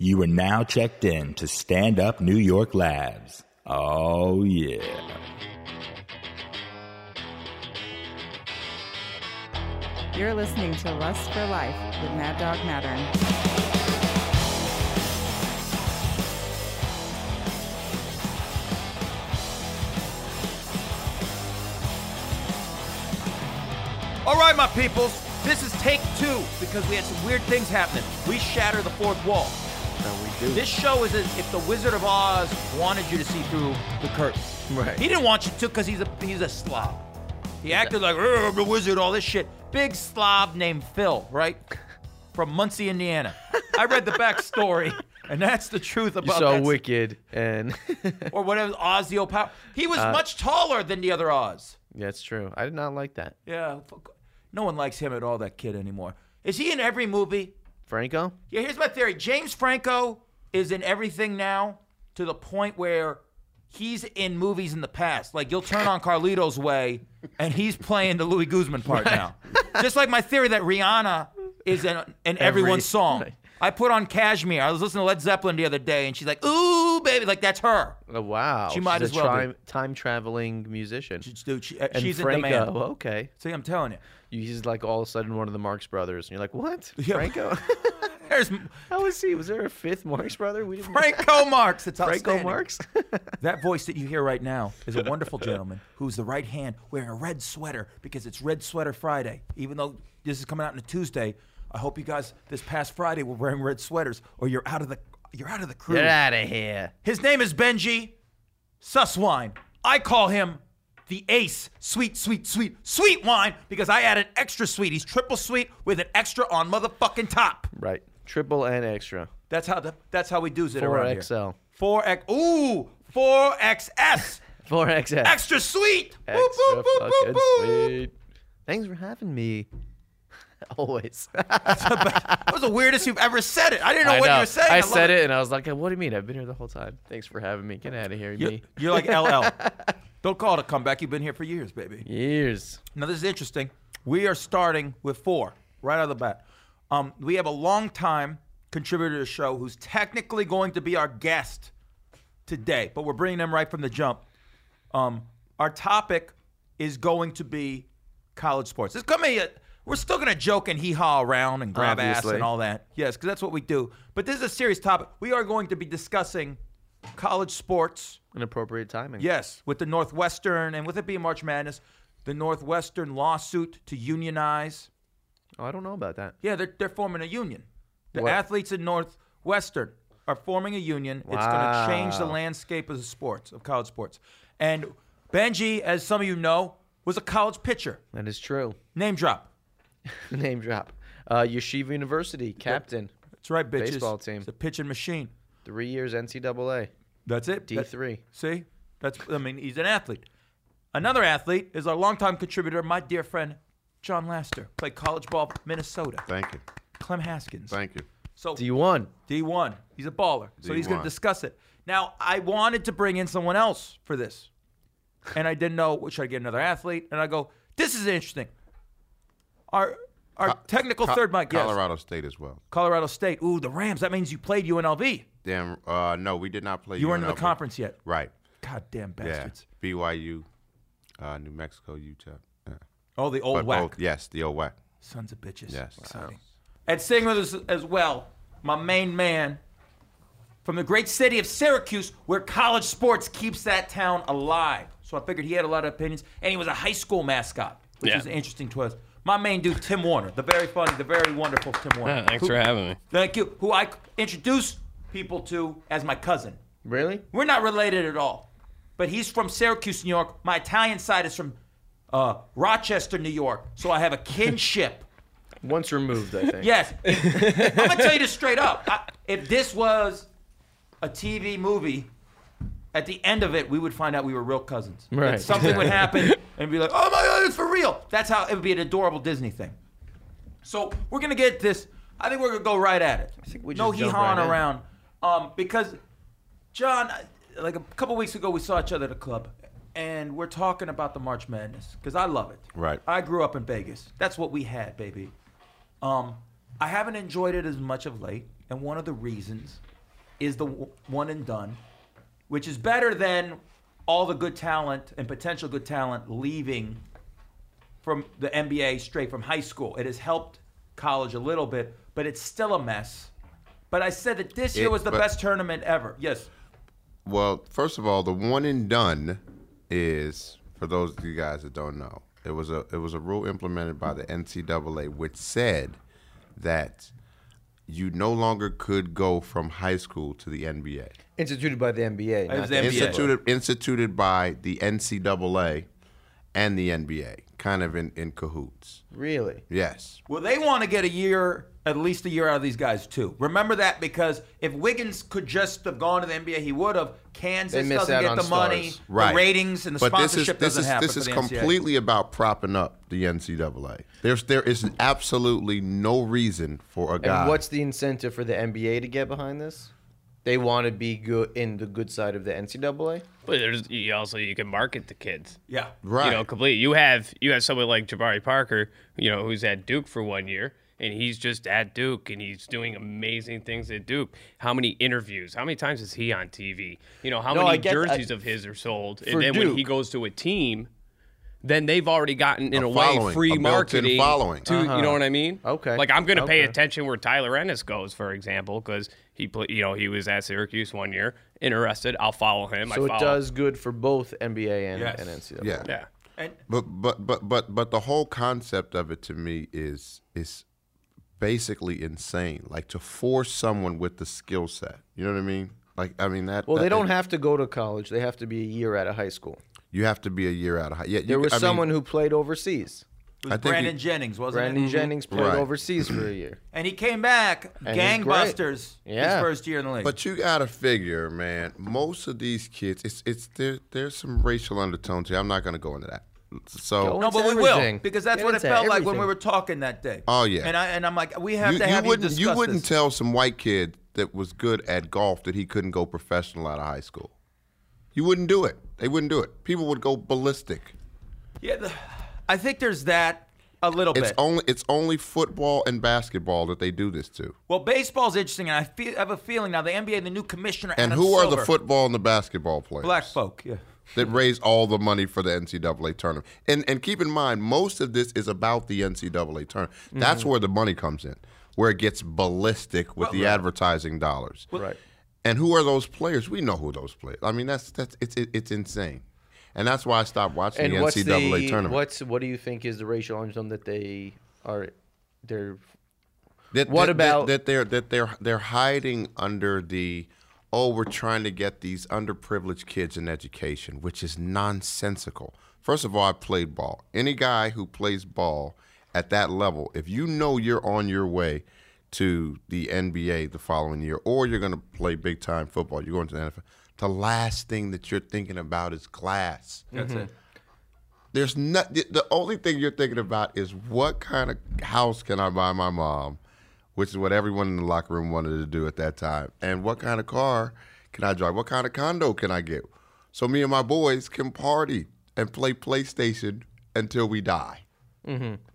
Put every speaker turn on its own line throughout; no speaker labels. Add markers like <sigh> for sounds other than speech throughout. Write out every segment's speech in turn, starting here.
You are now checked in to Stand Up New York Labs. Oh, yeah.
You're listening to Lust for Life with Mad Dog Mattern.
All right, my peoples, this is take two because we had some weird things happening. We shatter the fourth wall. we do. This show is as if the Wizard of Oz wanted you to see through the curtain.
Right.
He didn't want you to because he's a he's a slob. He acted like "Ugh, I'm the wizard, all this shit. Big slob named Phil, right? From Muncie,
<laughs>
Indiana. I read the backstory, and that's the truth
You
about
saw
that.
Wicked, and
<laughs>
<laughs>
Or whatever Oz the O'Power. He was
Uh,
much taller than the other Oz.
that's true. I did not like that.
Yeah, fuck. no one likes him at all. That kid anymore. Is he in every movie?
Franco,
Yeah, here's my theory. James Franco is in everything now to the point where he's in movies in the past. Like you'll turn on Carlito's Way and he's playing the Louis Guzman part now. Just like my theory that Rihanna is in, in
<laughs>
everyone's song.
right.
I put on Cashmere. I was listening to Led Zeppelin the other day and she's like, "Ooh, baby, like that's her."
oh, wow,
She might
She's
as well
a
be.
time, time traveling musician.
Dude, she, uh,
and
she's
Franco,
in demand.
okay,
See, I'm telling you.
You- he's like all of a sudden one of the Marx Brothers, and you're like, what?
<laughs> Yeah.
Franco? <laughs>
There's
How is he? Was there a fifth Marx Brother? We didn't
Franco Marx. It's
Franco
outstanding.
Marx. <laughs>
That voice that you hear right now is a wonderful gentleman who's the right hand wearing a red sweater because it's Red Sweater Friday. Even though this is coming out on a Tuesday, I hope you guys this past Friday were wearing red sweaters or you're out of the you're out of the crew.
Get out of here.
His name is Benji Susswine. I call him the ace. Sweet, sweet, sweet, sweet wine because I added extra sweet. He's triple sweet with an extra on motherfucking top.
Right. Triple and extra.
That's how the, that's how we do it
Four
around here.
XL.
Four X Ooh, four XS.
Four XL.
extra sweet. Boop,
Extra
boop, boop, boop,
fucking
boop.
sweet. Thanks for having me. <laughs> Always.
<laughs>
<laughs>
That was the weirdest you've ever said it. I didn't know what you were saying.
I
love
said it. and I was like, "What do you mean? I've been here the whole time. Thanks for having me. Get out of here,
You're,
me.
you're like
<laughs>
LL. Don't call it a comeback. You've been here for years, baby.
Years.
Now this is interesting. We are starting with four right out of the bat. Um, we have a longtime contributor to the show who's technically going to be our guest today, but we're bringing them right from the jump. Um, our topic is going to be college sports. It's gonna be a, we're still gonna joke and hee haw around and grab ass
Obviously.
and all that. Yes, because that's what we do. But this is a serious topic. We are going to be discussing college sports.
Inappropriate timing.
Yes, with the Northwestern and with it being March Madness, the Northwestern lawsuit to unionize.
Oh, I don't know about that.
Yeah, they're, they're forming a union. The
What?
athletes in Northwestern are forming a union. It's going to change the
Wow.
landscape of the sports, of college sports. And Benji, as some of you know, was a college pitcher.
That is true. <laughs>
Name drop.
Name drop. Uh, Yeshiva University captain,
That's right, bitches.
Baseball team.
It's a pitching machine.
three years NCAA,
That's it.
D three.
See, that's I mean he's an athlete. Another athlete is our longtime contributor, my dear friend John Laster, played college ball Minnesota.
Thank you.
Clem Haskins.
Thank you.
so
D one.
D1, he's a baller. So he's going to
D1.
discuss it. Now I wanted to bring in someone else for this, and I didn't know should I get another athlete? And I go, this is interesting. Our our technical
Co-
third mic, yes.
Colorado State as well.
Colorado State. Ooh, the Rams. That means you played UNLV.
Damn. Uh, no, we did not play.
You weren't in the
UNLV.
conference yet.
Right.
Goddamn bastards.
Yeah. BYU, uh, New Mexico, Utah. Yeah.
Oh, the old
But
whack.
both- yes, the old whack.
Sons of bitches.
Yes.
Exciting. And sitting with us as well, my main man from the great city of Syracuse, where college sports keeps that town alive. So I figured he had a lot of opinions, and he was a high school mascot, which
Yeah.
was interesting to us. My main dude, Tim Warner, the very funny, the very wonderful Tim Warner.
Yeah, <laughs> thanks
who,
for having me.
Thank you. Who I introduce people to as my cousin.
Really?
We're not related at all. But he's from Syracuse, New York. My Italian side is from uh, Rochester, New York. So I have a kinship.
Once removed, I
<laughs>
think.
Yes. I'm
<laughs>
going to tell you this straight up. I, if this was a TV movie, at the end of it, we would find out we were real cousins. That
Right.
something would happen and be like, oh my God, it's for real. That's how it would be an adorable Disney thing. So we're going to get this. I think we're going to go right at it. I
think we
No
just jump
hee-hawing
right in.
around. Um, because, John, like a couple weeks ago, we saw each other at a club. And we're talking about the March Madness because I love it.
Right.
I grew up in Vegas. That's what we had, baby. Um, I haven't enjoyed it as much of late. and one of the reasons is the w- one and done, which is better than all the good talent and potential good talent leaving from the NBA straight from high school. It has helped college a little bit, but it's still a mess. But I said that this year
It-
was the
but-
best tournament ever. Yes.
Well, first of all, the one and done is for those of you guys that don't know. It was a it was a rule implemented by the NCAA which said that you no longer could go from high school to the NBA.
Instituted by the NBA.
was
not
the
the
NBA.
Instituted instituted by the NCAA and the NBA, kind of in, in cahoots.
Really?
Yes.
Well, they want to get a year, at least a year out of these guys too. Remember that because if Wiggins could just have gone to the NBA, he would have.
They
Kansas
miss
doesn't
out
get
on
the money,
stars.
Right.
the ratings, and the
but this is
sponsorship
this
doesn't
is
happen.
this
for
is
the NCAA.
completely about propping up the NCAA. There's there is absolutely no reason for a
And
guy.
what's the incentive for the NBA to get behind this? They want to be good in the good side of the NCAA.
But there's you also you can market the kids.
Yeah.
right?
You know, completely. You have you have someone like Jabari Parker, you know, who's at Duke for one year, and he's just at Duke, and he's doing amazing things at Duke. How many interviews? How many times is he on TV? You know, how
No, I
many
get-
jerseys
I-
of his are sold?
for
And then when he
Duke.
goes to a team, then they've already gotten in
A
a, way
following, a
free
built-in
marketing.
following.
To you know what I mean?
Uh-huh. Okay.
Like I'm gonna pay
Okay.
attention where Tyler Ennis goes, for example, because he play, you know he was at Syracuse one year. Interested, I'll follow him.
So
I
it
follow-
does good for both NBA and,
Yes.
and NCAA.
yeah.
Yeah.
And
But but but but but the whole concept of it to me is is basically insane. Like to force someone with the skill set. You know what I mean? Like I mean that.
Well,
that,
they don't have to go to college. They have to be a year out of high school.
You have to be a year out of high. Yeah, you,
There was
I mean,
someone who played overseas.
it
I
was
think
Brandon
he-
Jennings, wasn't
Brandon
it?
Jennings played
Right.
overseas for a
<clears throat>
year.
And he came back
And he's great.
gangbusters his
Yeah.
first year in the league.
But you gotta figure, man. Most of these kids, it's it's there. There's some racial undertones here. I'm not gonna go into that. So
Go
no, but
It's
we will
everything.
because that's
It
what it
is
felt like when we
everything.
were talking that day.
Oh, yeah.
and I and I'm like, we have
you,
to
you
have you,
wouldn't you
discuss
wouldn't
this.
tell some white kid that was good at golf that he couldn't go professional out of high school. You wouldn't do it. They wouldn't do it. People would go ballistic.
Yeah, the, I think there's that a little
It's
bit.
only it's only football and basketball that they do this to.
well, baseball's interesting, and I feel I have a feeling now the NBA, the new commissioner,
And
Adam
who are the
Silver-
football and the basketball players
black folk? Yeah.
that raise all the money for the NCAA tournament? And and keep in mind, most of this is about the NCAA tournament. That's
Mm-hmm.
where the money comes in, where it gets ballistic with the advertising dollars.
Right.
And who are those players? We know who those players. I mean, that's that's it's it, it's insane, and that's why I stopped watching
And
the
what's
NCAA
the
tournament.
what's what do you think is the racial undertone that they are they're
that,
what
that-
about-
that, that? They're that they're they're hiding under the oh we're trying to get these underprivileged kids an education, which is nonsensical. First of all, I played ball. Any guy who plays ball at that level, if you know you're on your way to the NBA the following year, or you're going to play big time football, you're going to the NFL. The last thing that you're thinking about is class.
That's it.
There's not the- the only thing you're thinking about is what kind of house can I buy my mom, which is what everyone in the locker room wanted to do at that time, and what kind of car can I drive? What kind of condo can I get? So me and my boys can party and play PlayStation until we die,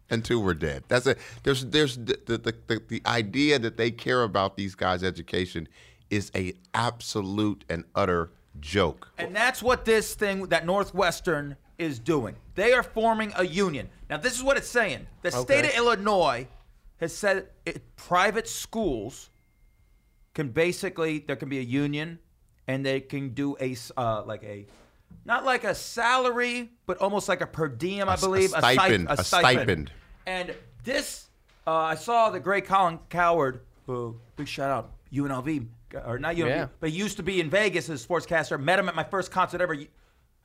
until we're dead. That's it. There's there's the the, the the the idea that they care about these guys' education is a absolute and utter joke.
And that's what this thing that Northwestern is doing. They are forming a union. Now, this is what it's saying. The state of Illinois has said it, private schools can basically there can be a union, and they can do a s- uh, like a not like a salary, but almost like a per diem, I
s- a
believe, stip-
stipend, a stipend.
And this, uh, I saw the great Colin Coward, who big shout out UNLV or not UNLV,
Yeah.
but he used to be in Vegas as a sportscaster. Met him at my first concert ever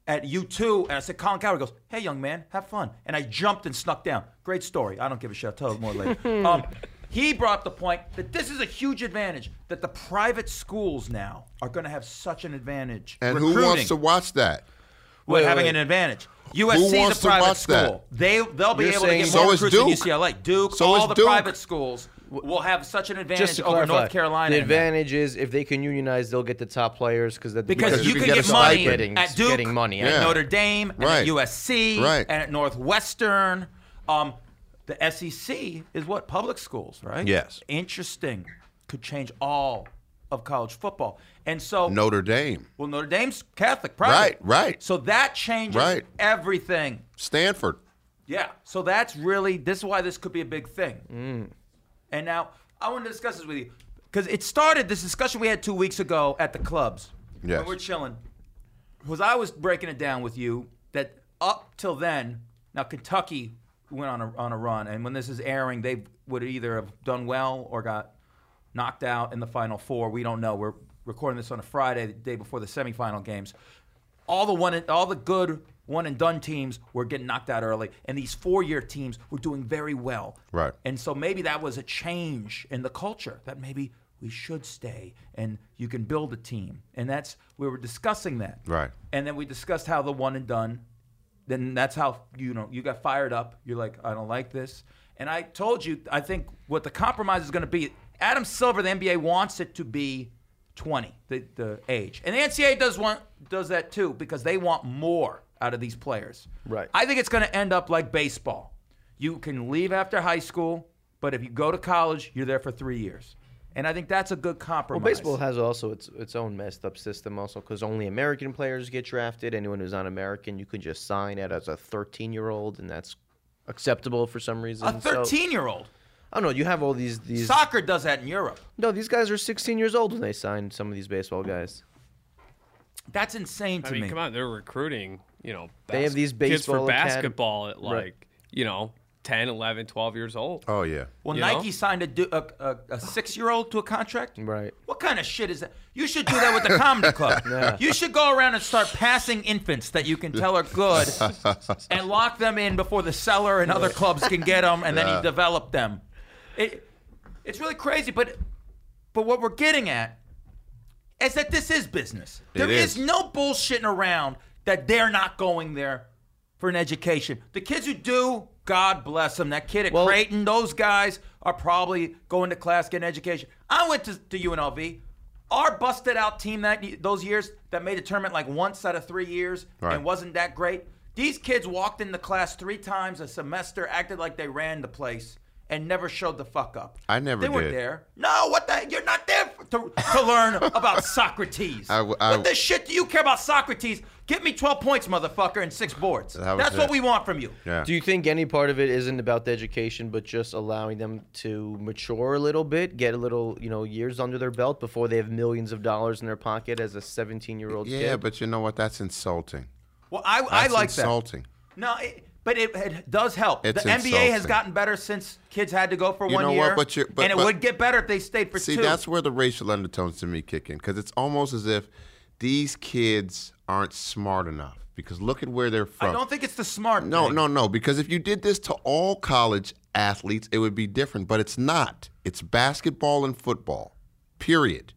at U2, and I said, Colin Coward He goes, "Hey, young man, have fun." And I jumped and snuck down. Great story. I don't give a shit. I'll tell it more later. um, he brought up the point that this is a huge advantage that the private schools now are going to have such an advantage.
And
Recruiting
who wants to watch that?
with
Wait,
having
wait.
an advantage. USC's
wants
a
to
private
watch
school.
that?
They they'll be
You're
able to get
saying-
more
So is
recruits than
Duke.
UCLA. Duke,
So
all
is
the
Duke.
private schools will have such an advantage
just to
over
clarify,
North Carolina.
The
in that.
advantage is if they can unionize, they'll get the top players because that
because,
Because
you,
you
can,
can
get,
get a
money
stipend.
at Duke,
getting money.
at
Yeah.
Notre Dame, and at
Right.
USC,
Right.
and at Northwestern. Um, the SEC is E what public schools, right?
Yes.
Interesting. could change all of college football. And so,
Notre Dame,
well, Notre Dame's Catholic, private.
Right, right.
So that changes
Right.
everything.
Stanford.
Yeah. So that's really this is why this could be a big thing. And now I want to discuss this with you because it started this discussion we had two weeks ago at the clubs.
Yes.
When we're chilling. Was I was breaking it down with you that up till then, now Kentucky went on a on a run, and when this is airing, they would either have done well or got knocked out in the final four. We don't know. We're recording this on a Friday, the day before the semifinal games. All the one, all the good one and done teams were getting knocked out early, and these four year teams were doing very well.
Right.
And so maybe that was a change in the culture that maybe we should stay and you can build a team. And that's we were discussing that.
Right.
And then we discussed how the one and done then that's how you know you got fired up. You're like, I don't like this. And I told you, I think what the compromise is going to be. Adam Silver, the NBA wants it to be 20, the, the age, and the NCAA does want does that too because they want more out of these players.
Right.
I think it's going to end up like baseball. You can leave after high school, but if you go to college, you're there for three years, and I think that's a good compromise.
Well, baseball has also its its own messed up system also because only American players get drafted. Anyone who's not American, you can just sign out as a 13 year old, and that's acceptable for some reason.
a
So-
13 year old
I don't know. You have all these these.
soccer does that in Europe.
no, these guys are 16 years old when they signed some of these baseball guys.
That's insane to
I mean,
me.
come on, they're recruiting, you know,
They have these
kids for
baseball acad-
basketball at like,
Right.
you know, 10, 11, 12 years old.
Oh yeah.
Well,
You
Nike
know? Mm.
signed a, du- a, a, a six year old to a contract.
Right.
What kind of shit is that? You should do that with the
<laughs>
comedy club. You should go around and start passing infants that you can tell are good
<laughs>
and lock them in before the seller and other clubs can get them and then you develop them. It, it's really crazy, but but what we're getting at is that this is business. There is.
is.
no bullshitting around that they're not going there for an education. The kids who do, God bless them. That kid at
Well-
Creighton, those guys are probably going to class, getting education. I went to, to UNLV. Our busted out team that y- those years that made a tournament like once out of three years
Right.
and wasn't that great. These kids walked into class three times a semester, acted like they ran the place, and never showed the fuck up.
I never
They weren't
did.
there. No, what the? You're not there for- to, to
<laughs>
learn about Socrates.
I w- I-
what the shit do you care about Socrates? Get me 12 points, motherfucker, and six boards.
That was
That's what
it.
we want from you.
Yeah.
Do you think any part of it isn't about the education, but just allowing them to mature a little bit, get a little, you know, years under their belt before they have millions of dollars in their pocket as a 17 year old
yeah,
kid?
but you know what? That's insulting.
Well, I, I
That's
like that.
insulting.
No, it, but it, it does help.
It's
the NBA has
insulting.
gotten better since kids had to go for
You
one
know what,
year,
but you- but-
and it
but-
would get better if they stayed for
See,
two.
that's where the racial undertones to me kick in because it's almost as if these kids aren't smart enough. Because look at where they're from.
I don't think it's the smart.
No,
thing.
no, no. Because if you did this to all college athletes, it would be different. But it's not. It's basketball and football. Period.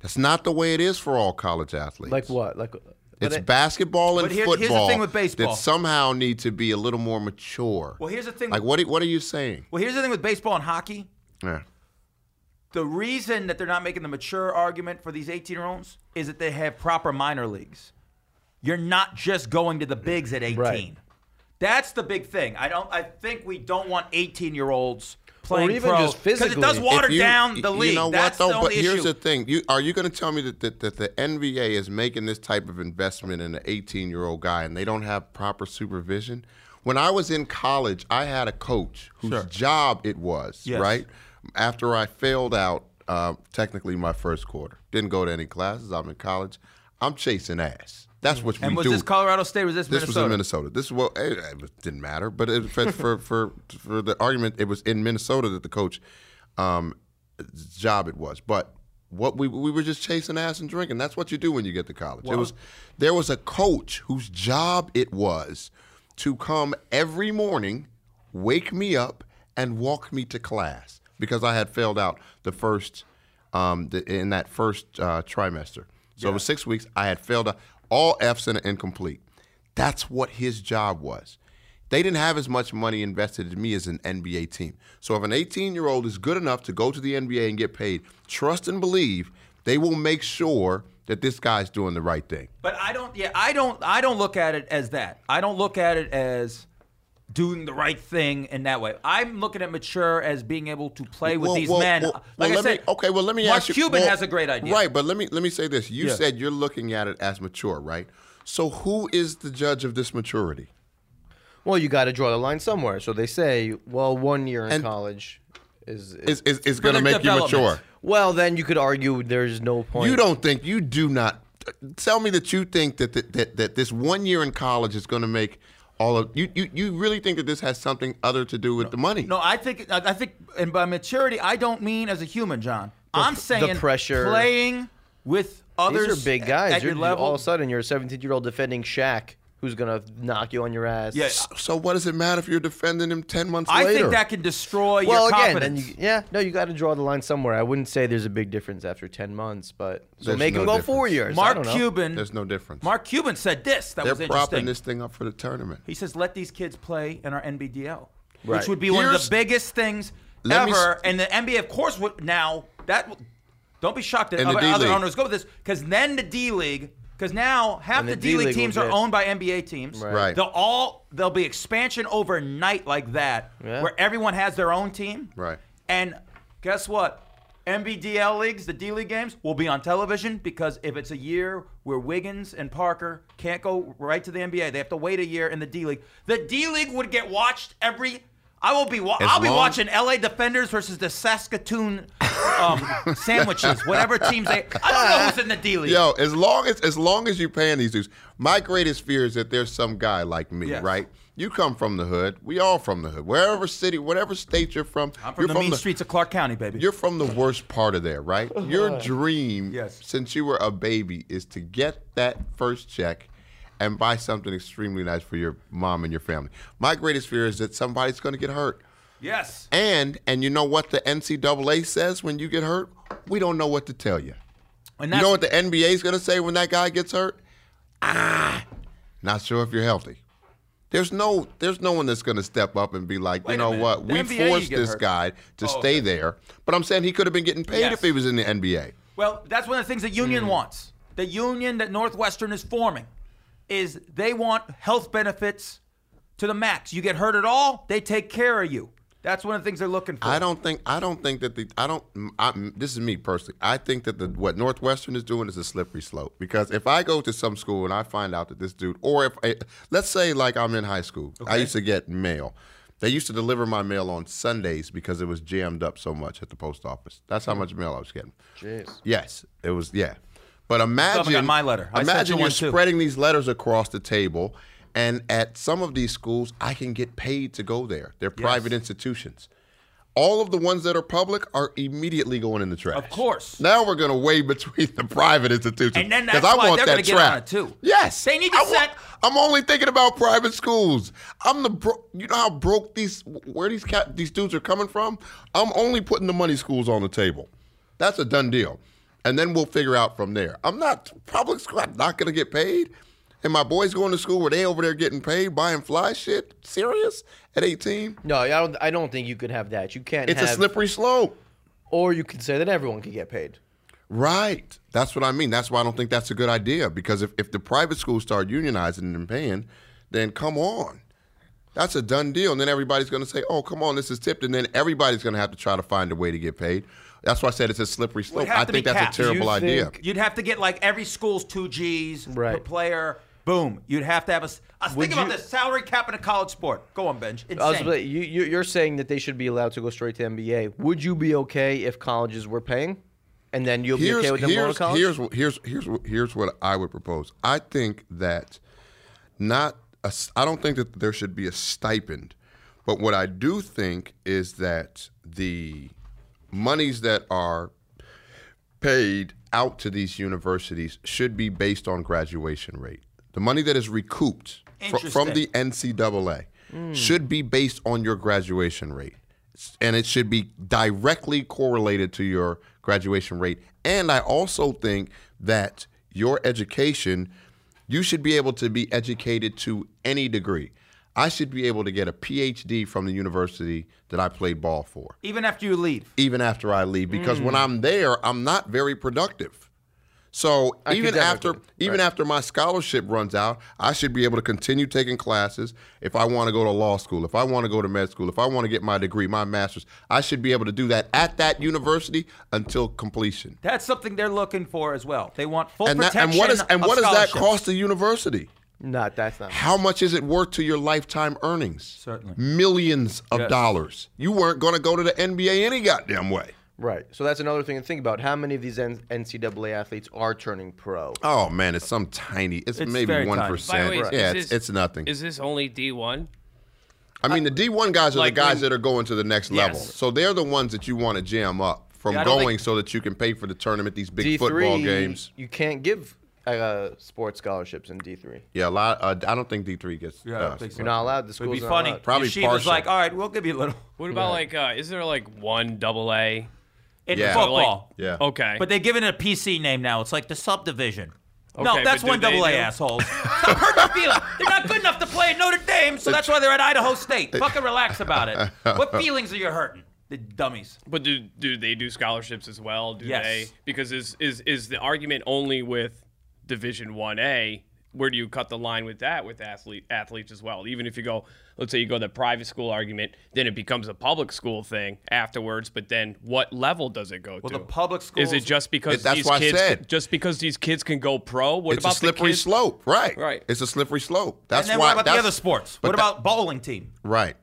That's not the way it is for all college athletes.
like what? Like but
It's
it-
basketball and
But here- here's
football.
the thing with baseball.
that somehow need to be a little more mature.
Well, here's the thing.
like what? Are, what are you saying?
well, here's the thing with baseball and hockey.
Yeah.
The reason that they're not making the mature argument for these 18 year olds is that they have proper minor leagues. You're not just going to the bigs at 18.
Right.
That's the big thing. I don't. I think we don't want 18 year olds playing
even
pro
just
it does
physically.
water
If you-
down the
you
league.
know
That's
what
the
though?
only
but here's
issue.
the thing: you are you going to tell me that, that that the NBA is making this type of investment in an 18 year old guy and they don't have proper supervision? When I was in college, I had a coach whose job it was
Yes.
right after I failed out. Uh, technically, my first quarter didn't go to any classes. I'm in college. I'm chasing ass. That's what
and
we
was
do.
this Colorado State? Was this,
This was in
Minnesota?
Minnesota. This well, it, it didn't matter, but it, for, for for for the argument, it was in Minnesota that the coach, um, job it was. But what we we were just chasing ass and drinking. That's what you do when you get to college. it was there was a coach whose job it was to come every morning, wake me up, and walk me to class because I had failed out the first um, the, in that first uh, trimester. So it was six weeks. I had failed out all F's and an incomplete. That's what his job was. They didn't have as much money invested in me as an NBA team. So if an 18 year old is good enough to go to the NBA and get paid, trust and believe they will make sure that this guy's doing the right thing.
But I don't. Yeah, I don't. I don't look at it as that. I don't look at it as doing the right thing in that way. I'm looking at mature as being able to play with
Well,
these
well,
men.
well, well,
like I
let
said,
me, okay. Well, let me
Mark
ask you.
Cuban
well,
has a great idea.
right? But let me let me say this. You
Yeah.
said you're looking at it as mature, right? So who is the judge of this maturity?
Well, you got to draw the line somewhere. So they say, well, one year in
And-
college is, is,
Is is, is going to
the
make you
development.
mature?
well. Then you could argue there's no point.
You don't think you do not tell me that you think that that that, that this one year in college is going to make all of you, you you really think that this has something other to do with the money?
No, I think I I think, and by maturity, I don't mean as a human, John. I'm saying
pressure.
playing with others.
These are big
at
guys. You're
your level.
all of a sudden you're a 17 year old defending Shaq, who's gonna knock you on your ass.
Yeah,
S- So what does it matter if you're defending him ten months
I
later?
think that can destroy your
Well, again,
confidence.
then you, yeah, no, you got to draw the line somewhere. I wouldn't say there's a big difference after 10 months, but so
There's
make him
no
go four
difference.
years. I
Mark
don't know.
Cuban.
There's no difference.
Mark Cuban said this. That
They're
was
propping
interesting.
this thing up for the tournament.
He says, "Let these kids play in our NBDL, which
Right.
would be one of
Here's-
the biggest things
Let me
ever."
s-
and the NBA, of course, would now that. w- Don't be shocked that
And the
other, other
D-League.
owners go with this, because then the D League, because now half
And
the
the
D League
D-League will
teams are
get-
owned by NBA teams.
Right.
Right.
They'll all there'll be expansion overnight like that,
Yeah.
where everyone has their own team.
Right.
And guess what? NBDL leagues, the D League games, will be on television because if it's a year where Wiggins and Parker can't go right to the NBA, they have to wait a year in the D League. The D League would get watched every. I will be. Wa-
As
I'll be
long-
watching LA Defenders versus the Saskatoon
<laughs>
um, Sandwiches, whatever teams they. I don't know who's in the D League.
Yo, as long as as long as you're paying these dudes, my greatest fear is that there's some guy like me,
Yes.
right? You come from the hood. We all from the hood. Wherever city, whatever state you're from,
I'm from
you're
the mean streets of Clark County, baby.
You're from the worst part of there, right? Your dream
Yes.
since you were a baby is to get that first check and buy something extremely nice for your mom and your family. My greatest fear is that somebody's going to get hurt.
yes.
And and you know what the NCAA says when you get hurt? We don't know what to tell you.
And
You know what the NBA is going to say when that guy gets hurt? Ah, not sure if you're healthy. There's no, there's no one that's going to step up and be like,
Wait a
you know
minute.
what?
The
We
NBA you
forced
get
this
hurt. Oh,
guy to stay
okay.
there, but I'm saying he could have been getting paid
Yes.
if he was in the NBA.
Well, that's one of the things that
Hmm.
union wants. The union that Northwestern is forming is they want health benefits to the max. You get hurt at all, they take care of you. That's one of the things they're looking for.
I don't think, I don't think that the, I don't. mm, I, mm, this is me personally. I think that the what Northwestern is doing is a slippery slope because if I go to some school and I find out that this dude, or if I, let's say like I'm in high school, I used to get mail. They used to deliver my mail on Sundays because it was jammed up so much at the post office. That's
Mm.
how much mail I was getting.
Jeez.
Yes, it was. Yeah, but imagine
got my letter. I sent
Imagine
you
you're
one, too.
spreading these letters across the table, and at some of these schools, I can get paid to go there. They're private institutions. All of the ones that are public are immediately going in the trash.
Of course.
Now we're going to weigh between the private institutions.
And then
'cause
that's
I
why
want
they're
that
gonna get
trap.
on it, too.
Yes.
They need to
I want-
set-
I'm only thinking about private schools. I'm the bro- you know how broke these where these ca- these dudes are coming from. I'm only putting the money schools on the table. That's a done deal, and then we'll figure out from there. I'm not public school. I'm not gonna get paid, and my boys going to school where they over there getting paid buying fly shit. Serious at 18,
No, I don't. I don't think you could have that. You can't.
it's a
have-
slippery slope.
Or you could say that everyone could get paid.
Right. That's what I mean. That's why I don't think that's a good idea because if, if the private schools start unionizing and paying, then come on. That's a done deal. And then everybody's going to say, oh, come on, this is tipped. And then everybody's going to have to try to find a way to get paid. That's why I said it's a slippery slope.
have
I
to
think
be
that's
capped.
a
Do you
terrible idea.
think-
You'd have to get like every school's two G's per
Right.
player. Boom. You'd have to have a. s- I was
Would
thinking
you-
about the salary cap in a college sport. Go on, Benj. Insane.
I was like, you, you, you're saying that they should be allowed to go straight to NBA. Would you be okay if colleges were paying, and then you'll be okay with them going to college?
Here's, what- here's, here's, what- here's what I would propose. I think that not, a s- I don't think that there should be a stipend, but what I do think is that the monies that are paid out to these universities should be based on graduation rate. The money that is recouped fr- from
Interesting.
the NCAA should be based on your graduation rate. S- And it should be directly correlated to your graduation rate. And I also think that your education, you should be able to be educated to any degree. I should be able to get a PhD from the university that I played ball for
Even after you leave. Mm.
even after I leave because when I'm there, I'm not very productive. So even after
Academically,
even after my scholarship runs out, I should be able to continue taking classes. If I want to go to law school, if I want to go to med school, if I want to get my degree, my master's, I should be able to do that at that university until completion.
That's something they're looking for as well. They want full
And that,
protection.
and what is and
of
what does that
scholarships.
cost the university?
Not that's not.
How much is it worth to your lifetime earnings?
Certainly.
Millions of
Yes.
dollars. You weren't going to go to the NBA any goddamn way.
Right. So that's another thing to think about. How many of these N- NCAA athletes are turning pro?
Oh man, it's some tiny. It's,
It's
maybe
very
one
tiny.
percent.
By the way,
yeah,
is
it's,
this-
it's nothing.
Is this only D1?
I mean, the D one guys are
like
the guys
when-
that are going to the next level. So they're the ones that you want to jam up from
Yeah, I don't
going
think-
so that you can pay for the tournament, these big
D3,
football games.
You can't give uh, sports scholarships in D3.
Yeah, a lot. Uh, I don't think D three gets.
Yeah, I
uh,
don't think so.
You're not allowed. The
It would
school's
be
not
funny.
allowed.
Probably
Yeshiva's
partial.
like, all right, we'll give you a little. <laughs>
What about like, uh, is there like one double A?
It's
Yeah.
football.
Yeah.
Okay.
But they give it a PC name now. It's like the subdivision.
Okay,
no, that's
but do
one double A
they do-
<laughs>
assholes. Stop hurting my feelings. They're not good enough to play at Notre Dame, so that's why they're at Idaho State. Fucking relax about it. What
<laughs>
feelings are you hurting? The dummies.
But do do they do scholarships as well? Do
Yes.
they? Because is is is the argument only with Division One A? Where do you cut the line with that with athlete athletes as well? Even if you go, let's say you go the private school argument, then it becomes a public school thing afterwards. But then, what level does it go
Well,
to?
the public
is
schools-
it just because
It- that's
these
what I
kids
said.
just because these kids can go pro? What
it's a
about the
slippery
kids?
slope, right?
Right.
It's a slippery slope. That's
and then
why.
what about the
that's-
other sports?
but
What
tha-
about bowling team?
right?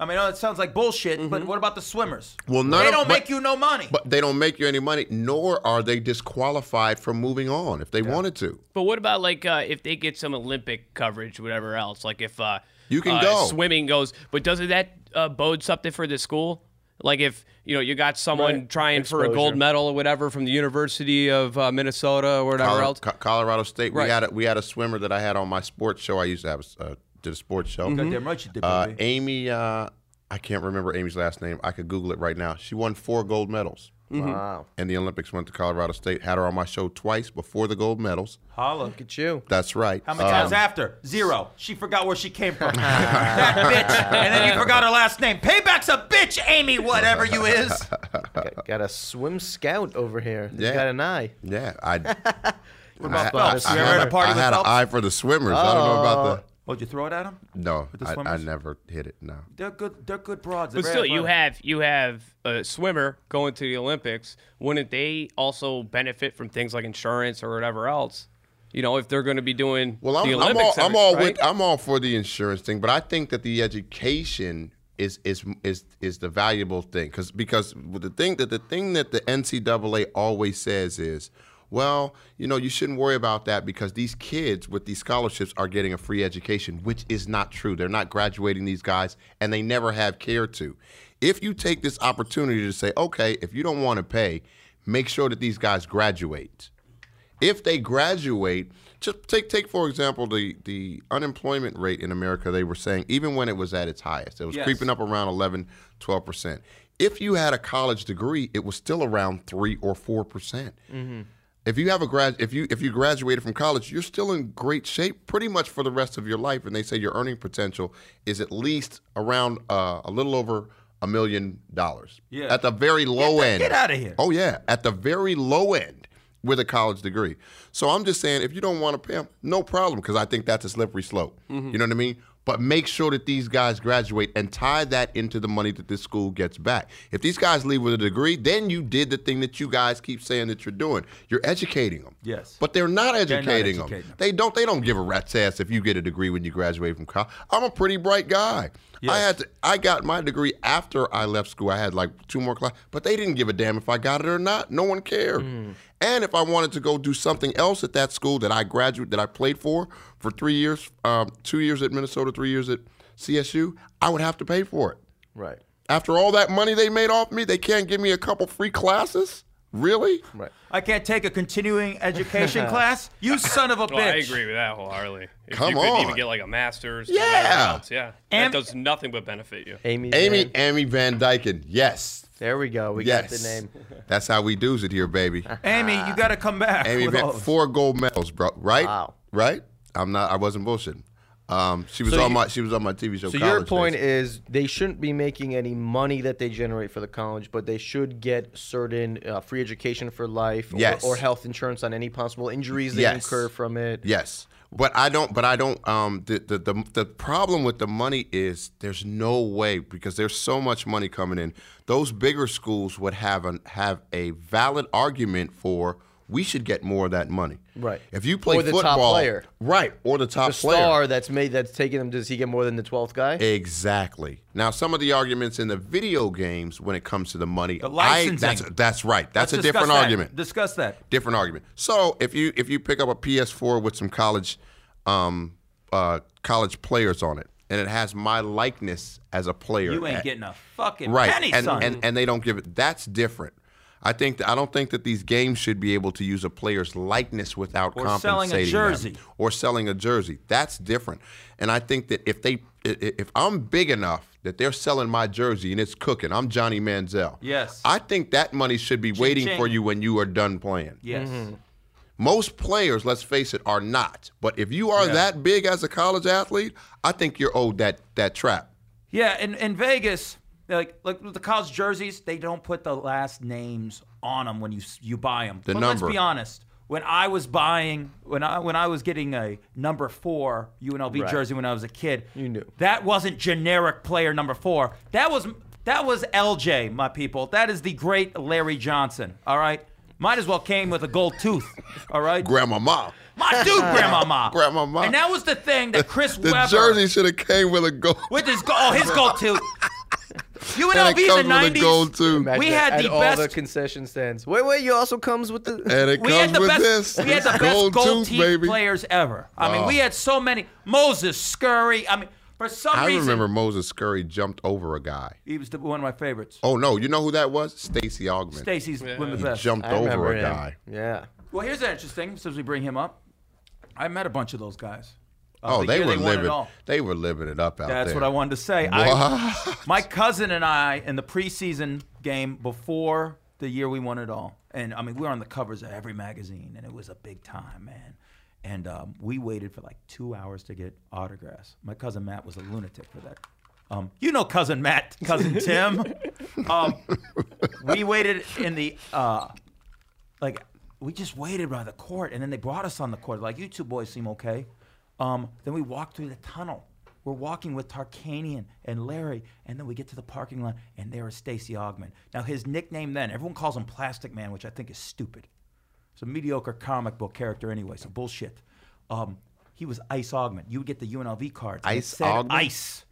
I mean, I know it sounds like bullshit, but what about the swimmers?
Mm-hmm. Well, none
they
of-
don't
but-
make you no money.
But they don't make you any money, nor are they disqualified from moving on if they wanted to.
But what about like uh, if they get some Olympic coverage, whatever else? Like if uh,
You can
uh,
go.
swimming goes, but doesn't that uh, bode something for the school? Like if you know you got someone trying for a gold
Exposure.
medal or whatever from the University of uh, Minnesota or whatever
Colo-
else.
Co- Colorado State.
Right.
We had a, we had a swimmer that I had on my sports show. I used to have a, uh, did a sports show.
Goddamn right you did,
Uh,
baby.
Amy, uh, I can't remember Amy's last name. I could Google it right now. She won four gold medals
Wow.
in the Olympics. Went to Colorado State. Had her on my show twice before the gold medals.
Holla.
Look at you.
That's right.
How many
Uh,
times after? Zero. She forgot where she came
<laughs>
from. that bitch. And then you forgot her last name. Payback's a bitch, Amy, whatever you is.
Got, got a swim scout over here. He's
Yeah.
got an eye.
yeah,
<laughs>
I.
What
I,
about
I-
Phelps?
I
you ever
had,
at a
a-
party
I
with
had an
Phelps?
eye for the swimmers. I don't know about
What'd you throw it at him?
the. No,
the
I, I
swimmers?
never hit it. No.
They're good. They're good broads.
But still, you have you have a swimmer going to the Olympics. Wouldn't they also benefit from things like insurance or whatever else? You know, if they're going to be doing
Well, I'm,
the
I'm all,
Olympics,
I'm all
right?
with, I'm all for the insurance thing, but I think that the education is is is is the valuable thing because because the thing that the thing that the NCAA always says is, well, you know, you shouldn't worry about that because these kids with these scholarships are getting a free education, which is not true. They're not graduating these guys, and they never have care to. If you take this opportunity to say, okay, if you don't want to pay, make sure that these guys graduate if they graduate, just take take for example the the unemployment rate in America. They were saying even when it was at its highest, it was
Yes.
creeping up around 11, 12 percent. If you had a college degree, it was still around three or four percent.
Mm-hmm.
If you have a grad, if you if you graduated from college, you're still in great shape pretty much for the rest of your life. And they say your earning potential is at least around uh, a little over a million dollars.
Yeah.
At the very low
the-
end.
get outta here.
Oh yeah, at the very low end with a college degree. So I'm just saying, if you don't want to pay them, no problem, because I think that's a slippery slope.
Mm-hmm.
You know what I mean? But make sure that these guys graduate and tie that into the money that this school gets back. If these guys leave with a degree, then you did the thing that you guys keep saying that you're doing. You're educating them.
Yes.
But they're
not
not educating, them.
educating 'em.
They don't. They don't give a rat's ass if you get a degree when you graduate from college. I'm a pretty bright guy. I had to. I got my degree after I left school. I had like two more classes, but they didn't give a damn if I got it or not. No one cared. And if I wanted to go do something else at that school that I graduated, that I played for for three years, um, two years at Minnesota, three years at CSU, I would have to pay for it.
Right.
After all that money they made off me, they can't give me a couple free classes. Really?
Right.
I can't take a
<laughs>
continuing education class. You son of a bitch.
<laughs> Well, I agree with that wholeheartedly. If
Come
you could
on.
even get like a master's,
Yeah.
yeah, else, yeah,
And-
that does nothing but benefit you.
Amy.
Amy,
Van-
Amy Van Dyken. Yes.
There we go. We
yes.
got the name.
That's how we does it
<laughs>
here, baby.
Amy, you got to come back.
Amy
with
Van,
all this.
four gold medals, bro. Right?
Wow.
Right? I'm not. I wasn't bullshitting. Um, she was
So
on
you-
my she was on my TV show.
So your
College
point
Days.
is they shouldn't be making any money that they generate for the college, but they should get certain uh, free education for life or,
Yes.
or health insurance on any possible injuries they
Yes.
incur from it.
Yes, but I don't. But I don't. Um, the, the the the problem with the money is there's no way because there's so much money coming in. Those bigger schools would have an have a valid argument for we should get more of that money.
Right.
If you play
Or the top
football,
player.
right, or the top
The
player,
star that's made that's taking them. Does he get more than the twelfth guy?
Exactly. Now, some of the arguments in the video games when it comes to the money,
The
I, that's
licensing.
that's right. That's a
Let's
different
discuss that.
argument.
Discuss that.
different argument. So if you if you pick up a PS4 with some college um, uh, college players on it, and it has my likeness as a player,
You ain't
at-
getting a fucking
right,
penny,
and,
son.
and and they don't give it. That's different. I think that, I don't think that these games should be able to use a player's likeness without
Or selling a
compensating them.
jersey.
or selling a jersey. That's different. And I think that if they i- i- if I'm big enough that they're selling my jersey and it's cooking, I'm Johnny Manziel.
Yes.
I think that money should be waiting
ching.
for you when you are done playing.
yes.
Mm-hmm.
Most players, let's face it, are not. But if you are
Yeah.
that big as a college athlete, I think you're owed that that trap.
Yeah, in, in Vegas, like like with the college jerseys, they don't put the last names on them when you s- you buy them.
The
but
number.
let's be honest. When I was buying, when I when I was getting a number four UNLV
Right.
jersey when I was a kid,
You knew.
that wasn't generic player number four. That was that was LJ, my people. That is the great Larry Johnson. All right, might as well came with a gold tooth. All right,
Grandmama.
my
<laughs>
dude, Grandmama,
Grandmama.
and that was the thing that Chris
The
Webber
jersey should have came with a gold. <laughs>
with his go- oh his gold tooth. UNLV
and it
in
comes
the
with a gold
nineties.
too.
Imagine
We
that
had
at
the
all the
best-
concession stands. Wait, wait, you also comes with the.
And it
We
comes
had the
with
best.
this.
We had the best
gold,
gold
tooth,
teeth
baby.
players ever. I mean, we had so many. Moses Scurry. I mean, for some
I
reason,
remember Moses Scurry jumped over a guy.
he was the, one of my favorites.
Oh no, you know who that was? Stacy Augman.
Stacy's one of the
He
best.
jumped
I remember
over a
him.
guy.
Yeah.
Well, here's an interesting. Since we bring him up, I met a bunch of those guys. Uh,
Oh,
the
they
year
were
won it
living.
all.
They were living it up out
That's
there.
what I wanted to say. I, my cousin and I in the preseason game before the year we won it all, and I mean we were on the covers of every magazine, and it was a big time, man. And um, we waited for like two hours to get autographs. My cousin Matt was a lunatic for that. Um, you know, cousin Matt,
<laughs>
cousin Tim. um, we waited in the uh, like we just waited by the court and then they brought us on the court like you two boys seem okay um, then we walked through the tunnel we're walking with Tarkanian and Larry, and then we get to the parking lot, and there is Stacy Ogman. Now, his nickname then, everyone calls him Plastic Man, which I think is stupid. It's a mediocre comic book character anyway, so bullshit. Um, he was Ice Ogman. You would get the UNLV cards. and it
Ice
said
Ogman?
Ice.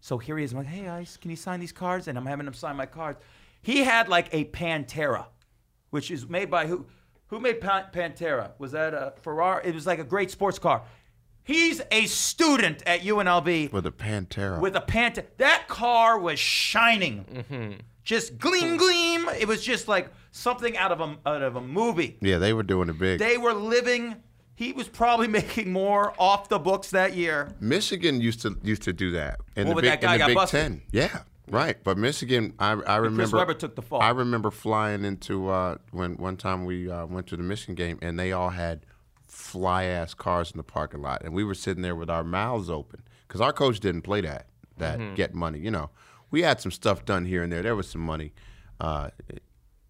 So here he is. I'm like, hey, Ice, can you sign these cards? And I'm having him sign my cards. He had like a Pantera, which is made by who? Who made Pan- Pantera? Was that a Ferrari? It was like a great sports car. He's a student at UNLV
With a Pantera.
with a Pantera. That car was shining,
Mm-hmm.
just gleam, gleam. It was just like something out of a out of a movie.
yeah, they were doing it big.
They were living. He was probably <laughs> making more off the books that year.
Michigan used to used to do that in
Well, but
the big,
that guy
in the
got
Big
busted.
Ten. Yeah, right. But Michigan, I, I remember.
Webber took the fall.
I remember flying into uh, when one time we uh, went to the Michigan game and they all had fly ass cars in the parking lot, and we were sitting there with our mouths open because our coach didn't play that that
Mm-hmm.
get money. You know, we had some stuff done here and there. There was some money. Uh,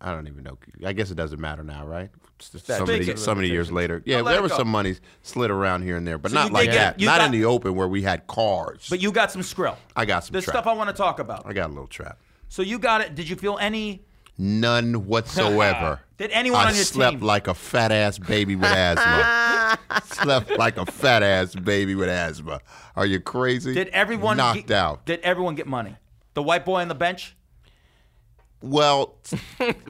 I don't even know. I guess it doesn't matter now, right? So many,
Speaking-
so many years later, yeah,
let
there
it
was
go.
some money slid around here and there, but
So you
not
did
like
get-
that.
you
Not
got-
in the open where we had cars.
But you got some skrill.
I got some
There's
trap.
stuff I want to talk about.
I got a little trap.
So you got it. Did you feel any?
None whatsoever.
<laughs> Did anyone
I
on your
slept
team?
like a fat ass baby with
<laughs>
asthma. slept like a fat ass baby with asthma. Are you crazy?
Did everyone
knocked
get-
out?
Did everyone get money? The white boy on the bench.
Well,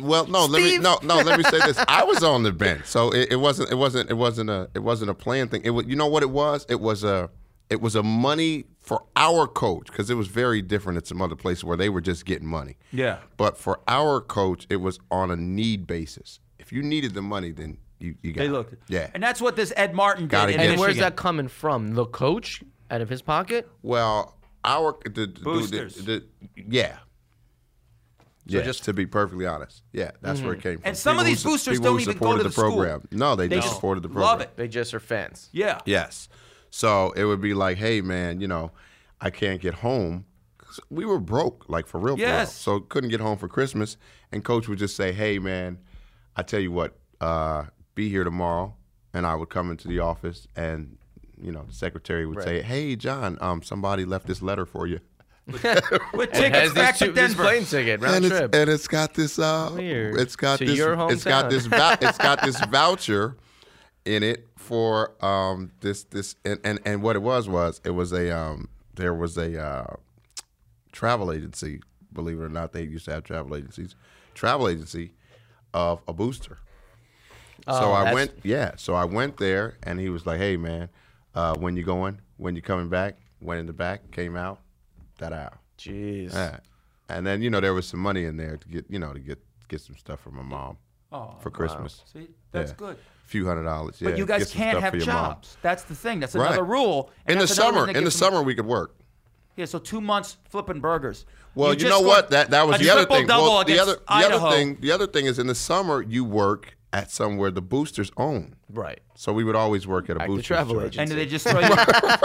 well, no. Let me no no. Let me say this. I was on the bench, so it, it wasn't it wasn't it wasn't a it wasn't a planned thing. It was you know what it was. It was a it was a money for our coach because it was very different at some other places where they were just getting money.
Yeah.
But for our coach, it was on a need basis. If you needed the money, then you you got.
They
it.
looked.
Yeah.
And that's what this Ed Martin did.
Gotta
in
get it.
And where's
Michigan.
that coming from? The coach out of his pocket.
well, our the, the, the-
Boosters.
the- yeah.
So
yeah,
just-
just to be perfectly honest, yeah, that's where it came from.
And some of
People who
these
su-
boosters
people who
don't even go
supported
to the,
program.
school.
No, they,
They
just
just
supported the program.
love it.
They just are fans.
Yeah.
Yes. So it would be like, hey man, you know, I can't get home. 'Cause We were broke, like for real, for real.
Yes.
So couldn't get home for Christmas, and coach would just say, hey man, I tell you what, uh, be here tomorrow, and I would come into the office, and you know, the secretary would say, hey John, um, somebody left this letter for you.
With
Has
tickets
this,
back
two-
to
this
Denver.
plane ticket round
and
trip.
It's, and it's got this. Uh,
Weird.
It's got
To
this.
your
It's got
hometown.
this. vou- it's got this
<laughs>
voucher in it for um this this and, and and what it was was it was a um there was a uh, travel agency. Believe it or not, they used to have travel agencies. Travel agency of a booster. so
Oh,
I
that's-
went. Yeah. So I went there, and he was like, "Hey, man, uh, when you going? When you coming back? Went in the back, came out, that out."
Jeez.
Yeah. And then you know there was some money in there to get you know to get get some stuff for my mom
Oh,
for Christmas.
See, that's
Yeah.
good.
A few hundred dollars.
But
yeah,
you
get
guys
some
can't
stuff
have
for your mom.
jobs. That's the thing. That's
Right.
another rule. And
In the
that's another
summer,
reason it
in the
gives them-
summer we could work.
Yeah, so two months flipping burgers.
Well, you,
just
know
scored
what? That that was
a
the other thing.
triple-double
Well, the
against
other the
Idaho.
other thing the other thing is in the summer you work at somewhere the boosters own.
Right.
So we would always work at a
Like the
booster.
travel
<laughs> George.
And do
agency.
they just throw you?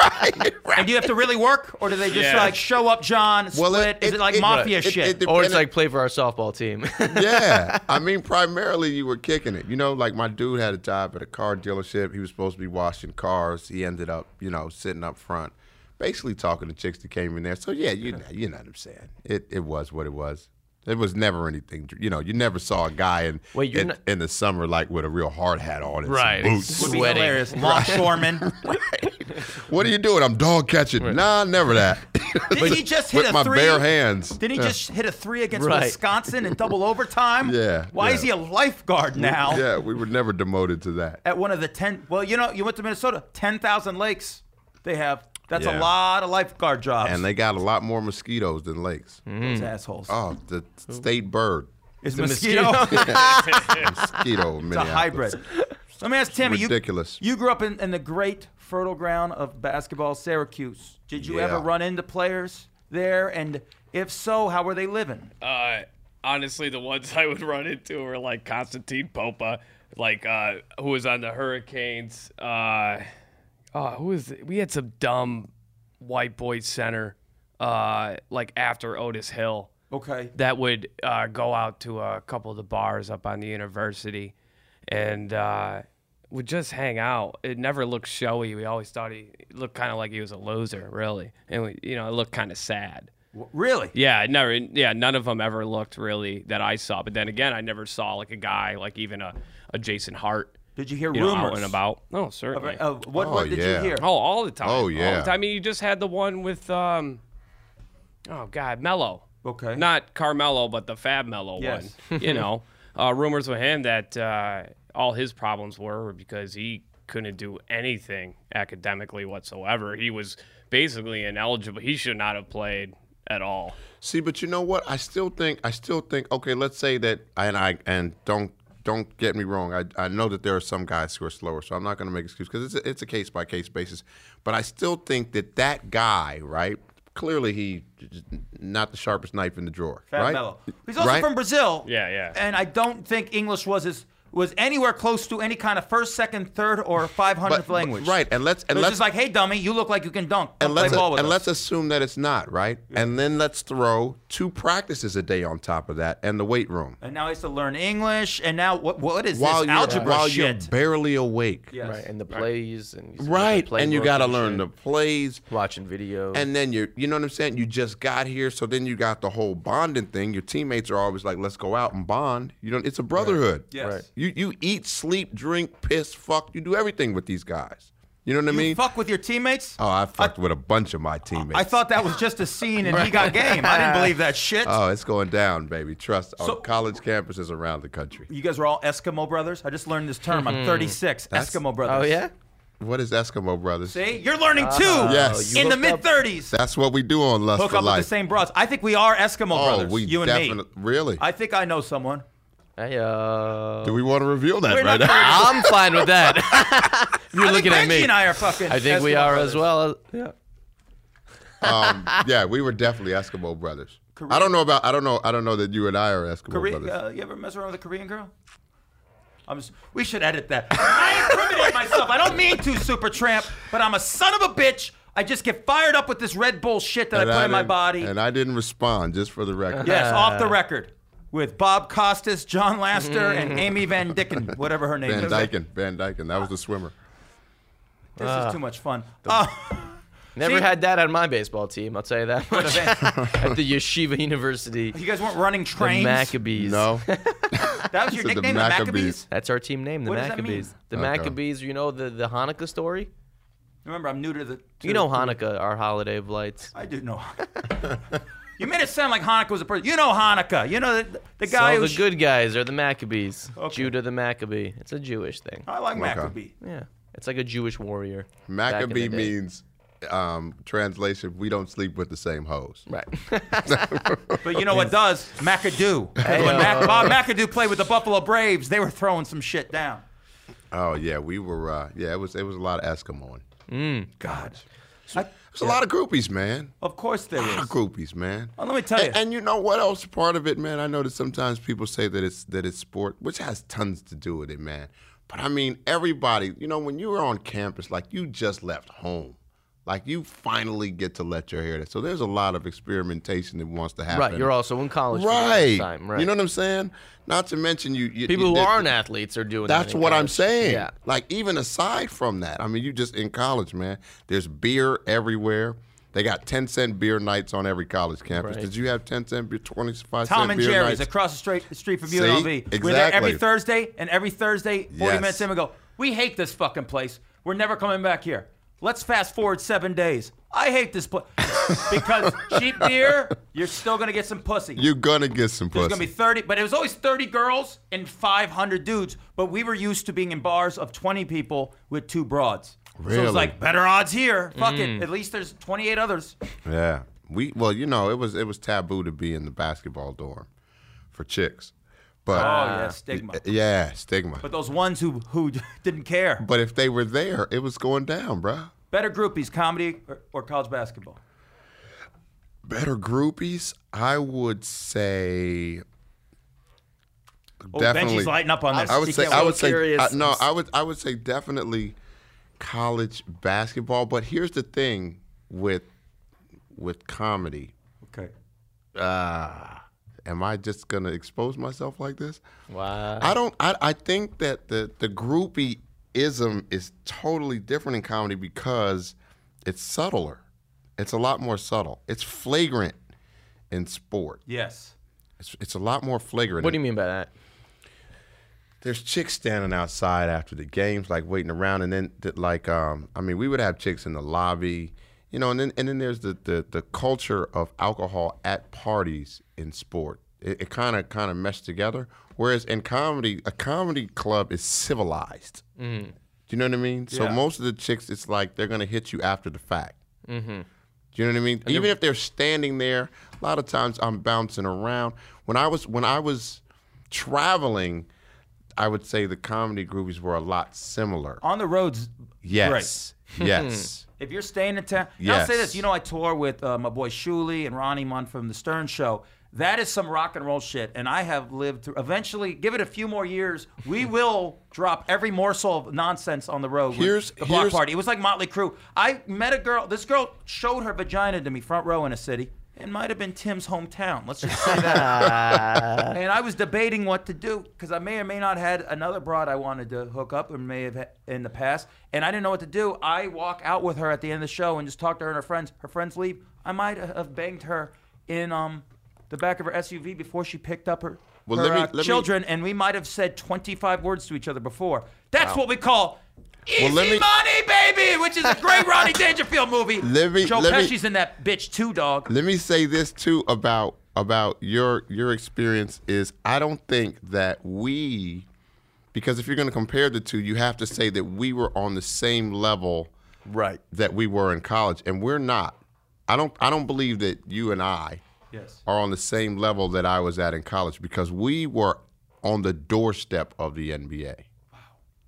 And do you have to really work, or do they just
Yeah.
like show up, John? Split?
Well,
Is
it-
it, like
it- it-
mafia
it-
shit?
it-
Or
and
it's like play for our softball team. <laughs>
yeah. I mean, primarily you were kicking it. You know, like my dude had a job at a car dealership. He was supposed to be washing cars. He ended up, you know, sitting up front, basically talking to chicks that came in there. So yeah, you know, you know what I'm saying. It it was what it was. It was never anything. You know, you never saw a guy in
Wait, you're
in,
not-
in the summer like with a real hard hat on and
Right.
some boots.
would be
Sweating.
hilarious.
<laughs>
Longshoreman.
What are you doing? I'm dog catching. Nah, never
<laughs>
that. <laughs>
Did he just hit
with
a
my
three?
bare hands.
Did he just hit a three against
Right.
Wisconsin in double overtime?
<laughs> Yeah,
Why
yeah.
is he a lifeguard now?
Yeah, we were never demoted to that.
At one of the ten. Well, you know, you went to Minnesota. Ten thousand lakes they have. That's a
Yeah.
lot of lifeguard jobs.
And they got a lot more mosquitoes than lakes.
Those assholes.
Oh, the state bird.
is
a
mosquito.
Mosquito in
<laughs> it's a
Minneapolis.
hybrid. Let me ask Tammy. you-
ridiculous.
You, grew up in, in the great fertile ground of basketball, Syracuse. Did you ever
Yeah.
run into players there? And if so, how were they living?
Uh, honestly, the ones <laughs> I would run into were like Constantine Popa, like uh, who was on the Hurricanes. Uh, oh, who was it? we had some dumb white boy center, uh, like after Otis Hill,
Okay.
that would uh, go out to a couple of the bars up on the university, and uh, would just hang out. It never looked showy. We always thought he looked kind of like he was a loser, really, and we, you know, it looked kind of sad.
W- Really?
Yeah, I never. Yeah, none of them ever looked really that I saw. But then again, I never saw like a guy like even a, a Jason Hart.
Did you hear
You know,
rumors
out and about. No, certainly.
Uh, what
Oh,
what did
yeah.
you hear?
oh, all the time.
Oh,
All the
yeah.
time. I mean, you just had the one with um. Oh God, Mello.
Okay.
Not Carmelo, but the Fab Mello
Yes.
one. <laughs> You know, uh, rumors with him that uh, all his problems were because he couldn't do anything academically whatsoever. He was basically ineligible. He should not have played at all.
See, but you know what? I still think I still think okay, let's say that and I and don't don't get me wrong. I, I know that there are some guys who are slower, so I'm not going to make excuses because it's a, it's a case by case basis. But I still think that that guy, right? Clearly, he not the sharpest knife in the drawer,
Fat
right?
Mello. He's also
Right?
from Brazil.
Yeah, yeah.
And I don't think English was his was anywhere close to any kind of first, second, third, or five
But-
hundredth
but-
language.
right? And let's and
It's
let's
just like, hey, dummy, you look like you can dunk. Come
and
play
let's,
ball with
and
us.
let's assume that it's not right and then let's throw two practices a day on top of that and the weight room
And now he has to learn English. And now what? What is
while
this
you're
algebra
while
shit?
you're barely awake
Yes.
Right. And the plays and you
right and you got to learn the
the
plays
watching videos.
and then you're you know what i'm saying you just got here so then you got the whole bonding thing your teammates are always like let's go out and bond you know it's a brotherhood
Yes.
Right.
you you eat sleep drink piss fuck you do everything with these guys you know what i
You
mean
fuck with your teammates.
oh i fucked with a bunch of my teammates
I thought that was just a scene, and he got game. I didn't believe
<laughs>
that shit.
Oh, it's going down, baby. Trust
So-
on college campuses around the country.
you guys were all Eskimo brothers. I just learned this term. I'm 36. Eskimo
Mm-hmm. oh
brothers.
yeah. Uh-huh.
What is Eskimo Brothers?
See, you're learning too.
Yes.
Oh, you
In the
hooked
mid
up-
30s,
That's what we do on Lust
hook
for
up with the
Life.
same bros. I think we are Eskimo
oh,
brothers.
we
you and me.
definitely really.
I think I know someone.
Hey, uh,
do we want to reveal that
We're
right
not
now?
I'm fine with
<laughs>
that. You're
I
looking
think
at
Benji
me.
and I are fucking.
I think we
Eskimo
are
brothers.
as well. Yeah.
<laughs> um, yeah, we were definitely Eskimo Brothers. I don't know about. I don't know. I don't know that you and I are Eskimo
Korea,
Brothers.
uh, you ever mess around with a Korean girl? I'm just, we should edit that. I
<laughs>
incriminate myself. I don't mean to, Super Tramp, but I'm a son of a bitch. I just get fired up with this Red Bull shit that I put in my
didn't-
body.
And I didn't respond, just for the record.
Yes, off the record. With Bob Costas, John Laster,
<laughs>
and Amy Van Dicken, whatever her name
Van
is.
Dyken. Van Dyken. That was
<laughs>
the swimmer.
This
Ah.
is too much fun. Uh,
Never
See?
had that on my baseball team. I'll tell you that.
<laughs>
much. At the Yeshiva University,
you
the
guys weren't running trains.
Maccabees.
No.
that was your
Said the
nickname, the Maccabees.
Maccabees.
That's our team name, the
What does that
Maccabees.
mean?
The
Okay.
Maccabees, you know the, the Hanukkah story?
Remember, I'm new to the. to
You know
the-
Hanukkah, our holiday of lights.
I do know. <laughs> you made it sound like Hanukkah was a person. You know Hanukkah. You know the, the guy
so
who.
the good guys are the Maccabees.
Okay.
Judah the Maccabee. It's a Jewish thing.
I like
Okay.
Maccabee.
Yeah. It's like a Jewish warrior. back in the
Maccabee
day.
means, um, translation, we don't sleep with the same hoes.
<laughs> Right.
But you know what does? McAdoo. when
Ayo.
Mac, Bob McAdoo played with the Buffalo Braves, they were throwing some shit down.
Oh yeah, we were. Uh, yeah, it was. It was a lot of Eskimoing.
God.
It's a lot of groupies, man.
Of course there
A lot
is.
of groupies, man.
Well, let me tell you.
Ah, And, and you know what else? Part of it, man. I know that sometimes people say that it's that it's sport, which has tons to do with it, man. But I mean, everybody. You know, when you were on campus, like you just left home, like you finally get to let your hair. down. So there's a lot of experimentation that wants to happen.
right. You're also in college. for the first
right.
Time. Right.
You know what I'm saying? Not to mention you. you
People
you
who
did-
aren't athletes are doing that.
That's
in
what I'm
college.
saying.
Yeah.
Like even aside from that, I mean, you just in college, man. There's beer everywhere. They got ten cent beer nights on every college campus.
Right.
Did you have ten cent beer, twenty five cent
Tom and
beer
Jerry's
nights?
across the street, the street from
See?
UNLV. We're there every
Exactly.
Thursday, and every Thursday, 40
Yes.
minutes in, we go, we hate this fucking place. We're never coming back here. Let's fast forward seven days. I hate this place. <laughs> because cheap beer, you're still going to get some pussy.
You're gonna get some
There's
pussy.
going to be 30, but it was always 30 girls and 500 dudes. But we were used to being in bars of 20 people with two broads. So it
Really?
was like, better odds here. Fuck it. At least there's 28 others.
yeah. We well, you know, it was it was taboo to be in the basketball dorm for chicks, but
Oh, yeah, stigma.
yeah, stigma.
But
But,
those ones who, who <laughs> didn't care.
if they were there, it was going down, bruh.
Better groupies, comedy or, or college basketball?
Better groupies, I would say.
Oh,
definitely.
Benji's lighting up on this.
I would
He
say
can't
I
wait.
would say
curious.
uh, no. I would I would say definitely college basketball. But here's the thing with with comedy.
Okay.
uh, Am I just gonna expose myself like this?
Wow.
I don't. I, I think that the the groupieism is totally different in comedy because it's subtler. It's a lot more subtle. It's flagrant in sport.
Yes.
It's, it's a lot more flagrant.
What do you mean by that?
there's chicks standing outside after the games, like waiting around, and then th- like um, I mean, we would have chicks in the lobby, you know, and then and then there's the the, the culture of alcohol at parties in sport. It kind of kind of meshed together. Whereas in comedy, a comedy club is civilized. Do you know what I mean? So
Yeah.
most of the chicks, it's like they're gonna hit you after the fact. Do you know what I mean? Even if they're standing there, a lot of times I'm bouncing around. When I was when I was traveling, I would say the comedy groupies were a lot similar.
On the roads.
Yes. Yes.
Great. If you're staying in town, and I'll say
Yes.
this. You know, I tour with uh, my boy Shuli and Ronnie Munn from The Stern Show. That is some rock and roll shit, and I have lived through. Eventually, give it a few more years,
<laughs>
we will drop every morsel of nonsense on the road. with
Here's-
the block
here's-
party. It was like Motley Crue. I met a girl. This girl showed her vagina to me, front row in a city. It might have been Tim's hometown. Let's just say that. and I was debating what to do because I may or may not had another broad I wanted to hook up or may have had in the past, and I didn't know what to do. I walk out with her at the end of the show and just talk to her and her friends. Her friends leave. I might have banged her in um the back of her SUV before she picked up her.
Well,
her,
let me-
uh,
let me-
children, and we might have said 25 words to each other before. That's what we call easy
Well, let me-
money, baby, which is a great
<laughs>
Ronnie Dangerfield movie.
Let me-
Joe
let me-
Pesci's in that bitch too, dog.
Let me say this too about about your your experience is I don't think that we because if you're going to compare the two, you have to say that we were on the same level
Right.
that we were in college and we're not. I don't I don't believe that you and I
Yes.
are on the same level that I was at in college because we were on the doorstep of the NBA.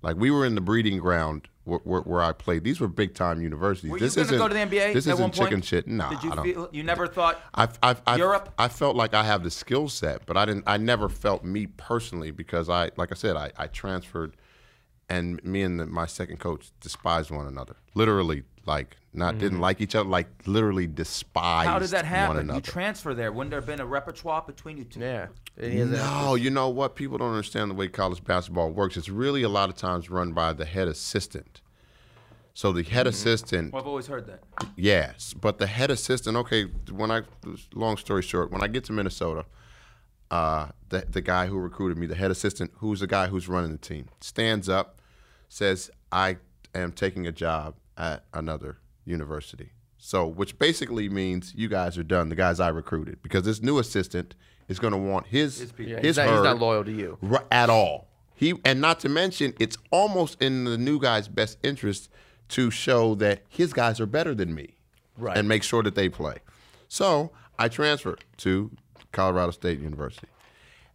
Like we were in the breeding ground where, where, where I played. These were big time universities.
Were
this
you going to go
isn't-
to the NBA
This
at
isn't
one point?
chicken shit. No,
Did you
I don't.
feel you never thought?
I've, I've, I've,
Europe?
I felt like I have the skill set, but I didn't. I never felt me personally because I, like I said, I, I transferred and me and the, my second coach despised one another. Literally, like not didn't like each other. Like literally despised.
Mm. How did that
One
happen?
another.
You transfer there. Wouldn't there have been a repertoire between you two?
Yeah. And he has that-
No, you know what? People don't understand the way college basketball works. It's really a lot of times run by the head assistant. So the
Mm-hmm.
head assistant,
Well, I've always heard that.
yes, but the head assistant. Okay, when I long story short, when I get to Minnesota, uh, the the guy who recruited me, the head assistant, who's the guy who's running the team, stands up, says, "I am taking a job at another university." So, which basically means you guys are done. The guys I recruited, because this new assistant is going to want his his,
people. Yeah,
he's, not, he's
herd
not loyal to you.
ri- at all. He and not to mention, it's almost in the new guy's best interest to show that his guys are better than me,
Right.
And make sure that they play. So I transferred to Colorado State University.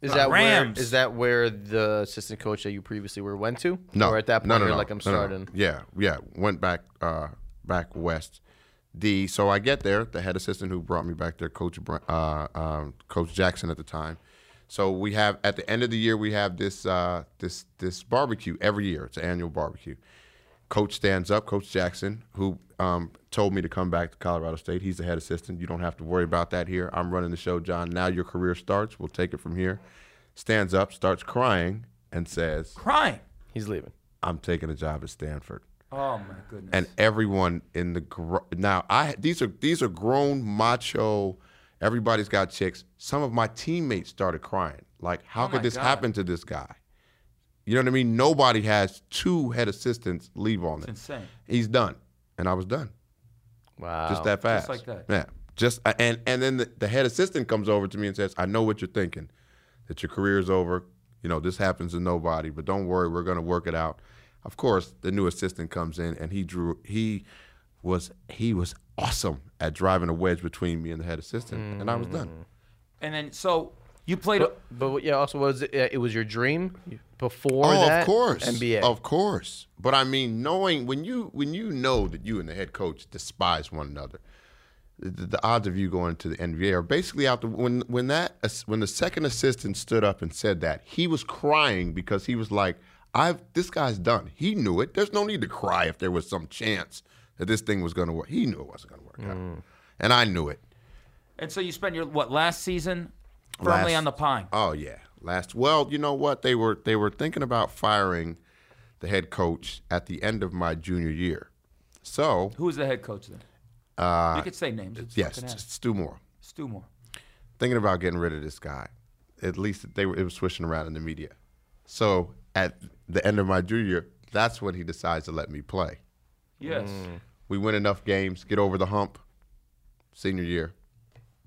Is that
Rams.
where is that where the assistant coach that you previously were went to?
No,
Or at that point,
no, no,
you're
no,
like, I'm
no, no.
starting.
Yeah, yeah. Went back, uh, back west. The so I get there. The head assistant who brought me back there, Coach Br- uh, um, Coach Jackson at the time. So we have at the end of the year we have this uh, this this barbecue every year. It's an annual barbecue. Coach stands up, Coach Jackson, who um, told me to come back to Colorado State. He's the head assistant. You don't have to worry about that here. I'm running the show, John. Now your career starts. We'll take it from here. Stands up, starts crying, and says,
Crying.
He's leaving.
I'm taking a job at Stanford.
Oh my goodness.
And everyone in the gr- now, I these are these are grown macho. Everybody's got chicks. Some of my teammates started crying. Like, how could this happen to this guy? You know what I mean? Nobody has two head assistants leave on it.
insane.
He's done, and I was done
Wow.
just that fast.
Um, like that.
Yeah. Just uh, and and then the, the head assistant comes over to me and says, "I know what you're thinking, that your career is over. You know this happens to nobody, but don't worry, we're going to work it out." Of course, the new assistant comes in and he drew. He was he was awesome at driving a wedge between me and the head assistant, and I was
Mm.
done.
And then so you played.
But, but what- yeah, also was it, it was your dream before
Oh,
that?
of course,
NBA.
of course. But I mean, knowing when you when you know that you and the head coach despise one another, the, the odds of you going to the NBA are basically out the when when that when the second assistant stood up and said that he was crying because he was like, "I've this guy's done. He knew it. There's no need to cry if there was some chance that this thing was going to work. He knew it wasn't going to work
Mm.
out, and I knew it.
and so you spent your what last season firmly
Last-
on the pine.
Oh yeah, last. Well, you know what they were they were thinking about firing the head coach at the end of my junior year. So
Who was the head coach then? Uh, you could say names. It's
yes,
fucking ass.
just Stu Moore.
Stu Moore.
Thinking about getting rid of this guy. At least they were it was swishing around in the media. So at the end of my junior year, that's when he decides to let me play.
Yes.
We win enough games, get over the hump. Senior year,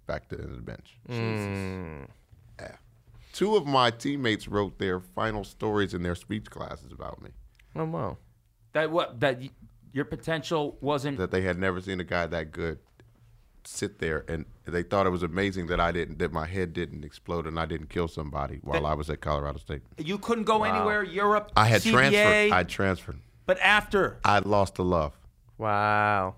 back to the end of the bench.
Mm.
Yeah. Two of my teammates wrote their final stories in their speech classes about me.
Oh, wow.
That what that y- your potential wasn't.
that they had never seen a guy that good sit there and they thought it was amazing that I didn't that my head didn't explode and I didn't kill somebody while I was at Colorado State.
you couldn't go anywhere. Europe.
I had
CBA,
transferred. I transferred.
but after.
I lost the love.
<laughs>
Wow.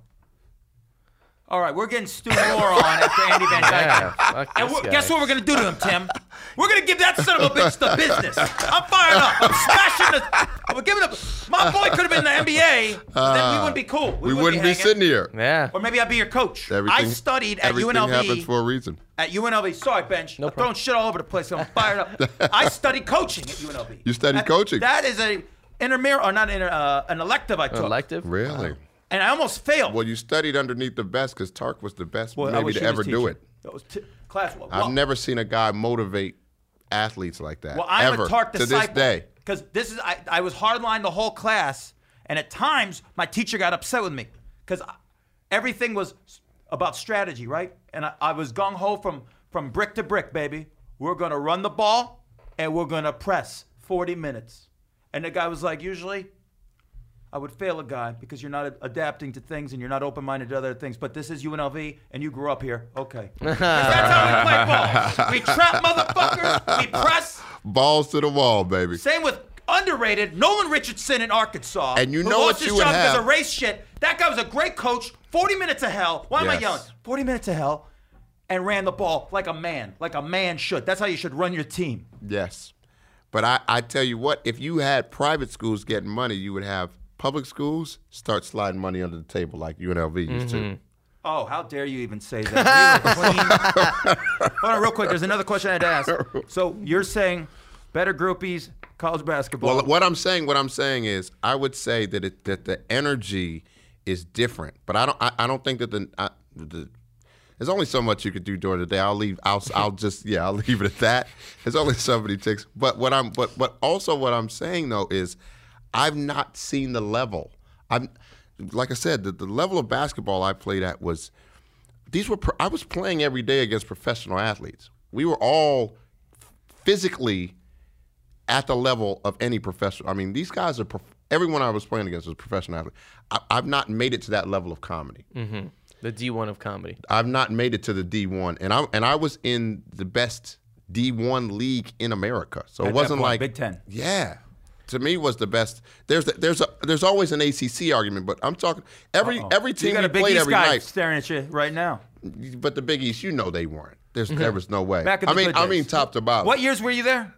All right, we're getting Stu Moore on after Andy Van Dyke.
Yeah, fuck
And
this
we're-
guy.
guess what we're gonna do to him,
<laughs>
Tim? We're gonna give that son of a bitch the business. I'm fired up. I'm smashing the. I'm giving up. My boy could have been in the NBA. then we wouldn't be cool.
Uh, We, wouldn't be
hanging.
sitting here.
Yeah.
Or maybe I'd be your coach. I
Everything-
studied at
everything happens
UNLV.
for a reason.
at UNLV, sorry bench, I'm throwing
problem.
shit all over the place. I'm fired
<laughs>
up. I studied coaching at UNLV.
You studied
That-
coaching?
That is a intermir or not inter, uh, an elective I took.
Elective?
Really?
Uh, And I almost failed.
Well, you studied underneath the best because Tark was the best
Well, I
maybe
wish
to
he was
ever do
teaching.
it.
That was t- class. Well,
I've never seen a guy motivate athletes like that.
Well, I'm
ever,
a Tark
to
disciple.
this day.
Because this is, I, I was hardline the whole class, and at times my teacher got upset with me because everything was s- about strategy, right? And I, I was gung ho from from brick to brick, baby. We're gonna run the ball, and we're gonna press 40 minutes. And the guy was like, usually. I would fail a guy because you're not adapting to things and you're not open-minded to other things. But this is UNLV, and you grew up here. Okay, 'Cause that's
<laughs>
how we play ball. We trap motherfuckers. We press.
Balls to the wall, baby.
Same with underrated Nolan Richardson in Arkansas.
And you
who
know
lost
what
his
you would
job because
have-
of race shit. That guy was a great coach. Forty minutes of hell. Why am I
Yes.
yelling? Forty minutes of hell, and ran the ball like a man, like a man should. That's how you should run your team.
Yes. But I, I tell you what, if you had private schools getting money, you would have public schools start sliding money under the table like UNLV used to.
Oh, how dare you even say
<laughs>
that? We were clean. Hold on, real quick. There's another question I had to ask. So you're saying better groupies, college basketball.
Well, what I'm saying, what I'm saying is, I would say that it, that the energy is different, but I don't, I, I don't think that the, I, the there's only so much you could do during the day. I'll leave, I'll, I'll just, <laughs> yeah, I'll leave it at that. There's only so many ticks. But what I'm, but but also what I'm saying though is, I've not seen the level. I'm, like I said, the, the level of basketball I played at was these were pro- I was playing every day against professional athletes. We were all physically at the level of any professional. I mean, these guys are prof- everyone I was playing against was a professional athlete. I, I've not made it to that level of comedy.
The D1 of comedy.
I've not made it to the D1, and I and I was in the best D1 league in America. So it
that
wasn't
point,
like
Big Ten.
Yeah. To me, was the best. There's the, there's a there's always an ACC argument, but I'm talking every every
you
team
got
we
a Big
played
East
every
guy
night.
staring at you right now.
But the Big East, you know they weren't. There's there was no way.
Mm-hmm. Back in
I
the
mean
good
I mean
days.
top to bottom.
What years were you there?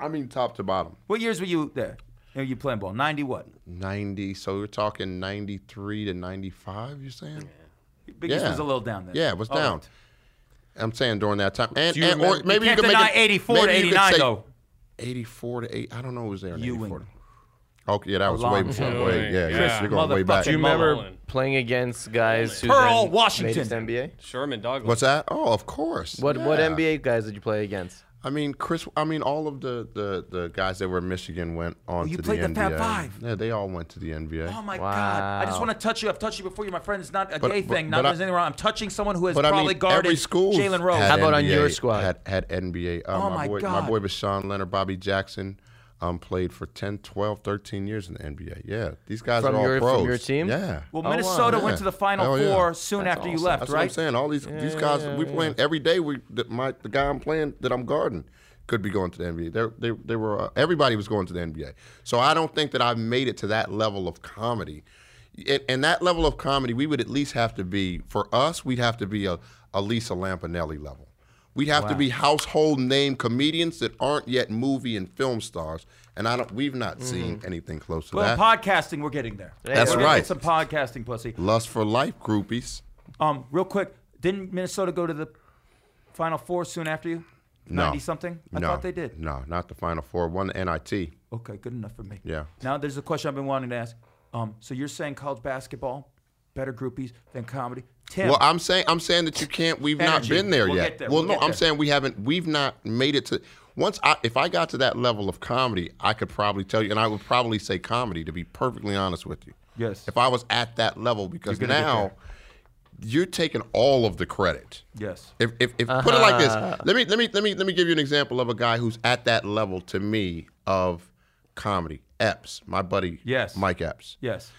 I mean top to bottom.
What years were you there? You, know, you playing ball? Ninety what?
90. So we're talking 93 to 95. You're saying?
Big East
Yeah.
was a little down then. Oh.
Yeah, it was
All
down.
right.
I'm saying during that time, and,
Do you
and- or
remember-
Oh.
maybe
you
you,
can't
could
deny
make it,
84
maybe
to
you could
89
say
though.
84 to 8. I don't know who was there in
Ewing.
84. Oh yeah, that was
long
way before.
time.
Way, yeah,
Yeah.
yeah. You're going way back.
Motherfucking
Do you remember
Mullen.
playing against guys who
Pearl
then
Washington.
made it to NBA?
Sherman Douglas.
What's that? Oh, of course.
What what
Yeah.
NBA guys did you play against?
I mean, Chris. I mean, all of the the, the guys that were in Michigan went on
you
to
played
the
the
NBA.
Fab Five.
Yeah, they all went to the NBA.
Oh my God! I just
Wow.
want to touch you. I've touched you before. You're my friend. It's not a
But-
gay
but-
thing. Not
but I-
there's anything wrong. I'm touching someone who has
But I
probably
mean,
guarded
every school
Jalen Rose.
Had
How about on
NBA
your squad?
Had, had NBA. Uh,
Oh,
my,
my
boy,
God.
My boy was Sean Leonard, Bobby Jackson. Um, played for 10, 12, 13 years in the NBA. Yeah, these guys
From
are all
your- from
pros.
your team?
Yeah.
Well,
Oh, wow.
Minnesota went
Yeah.
to the Final
Oh,
Four
yeah.
soon
That's
after you
awesome.
left,
That's
right?
what I'm saying. All these these guys we playing every day. We the, my the guy I'm playing that I'm guarding could be going to the NBA. There they they were uh, everybody was going to the NBA. So I don't think that I've made it to that level of comedy. And, and that level of comedy, we would at least have to be for us. We'd have to be a, a Lisa Lampanelli level. We'd have to be household name comedians that aren't yet movie and film stars. And I don't. We've not seen anything close to
Well,
that.
in podcasting, we're getting there.
That's
We're getting
right.
Some podcasting pussy.
Lust for life groupies.
Um, real quick, didn't Minnesota go to the Final Four soon after you?
No.
Ninety something. I
no,
thought they did.
No, not the Final Four. One the NIT.
Okay, good enough for me.
Yeah.
Now there's a question I've been wanting to ask. Um, so you're saying college basketball better groupies than comedy? Tim,
Well, I'm saying I'm saying that you can't. We've
Energy.
not been there
We'll
yet.
get there.
Well,
We'll
no,
get
I'm
there.
saying we haven't. We've not made it to. Once I, if I got to that level of comedy, I could probably tell you, and I would probably say comedy to be perfectly honest with you.
Yes.
If I was at that level, because
gonna get
now you're taking all of the credit.
yes.
If, if, if put it like this,
Uh-huh.
let me let me let me let me give you an example of a guy who's at that level to me of comedy. Epps, my buddy,
Yes.
Mike Epps.
Yes.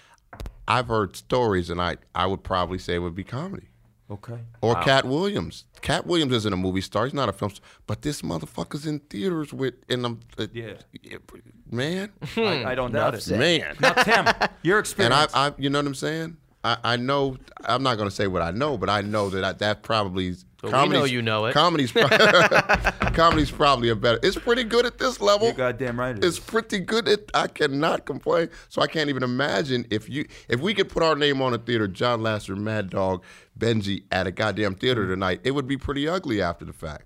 I've heard stories, and I I would probably say it would be comedy.
Okay.
Or Cat Williams. Cat Williams isn't a movie star. He's not a film star. But this motherfucker's in theaters with, and I'm, uh,
Yeah.
<laughs>
man,
I, I don't doubt it.
man.
Now,
<laughs>
Tim, your
And
experience.
I, I, you know what I'm saying? I, I know. I'm not gonna say what I know, but I know that I, that probably. is-
But we
comedy's-
know you know it. <laughs>
Comedy's, pro- <laughs> comedy's probably a better. It's pretty good at this level.
You're goddamn right it
It's
is.
pretty good. At, I cannot complain. So I can't even imagine if you if we could put our name on a theater, John Lasseter, Mad Dog, Benji at a goddamn theater tonight, it would be pretty ugly after the fact.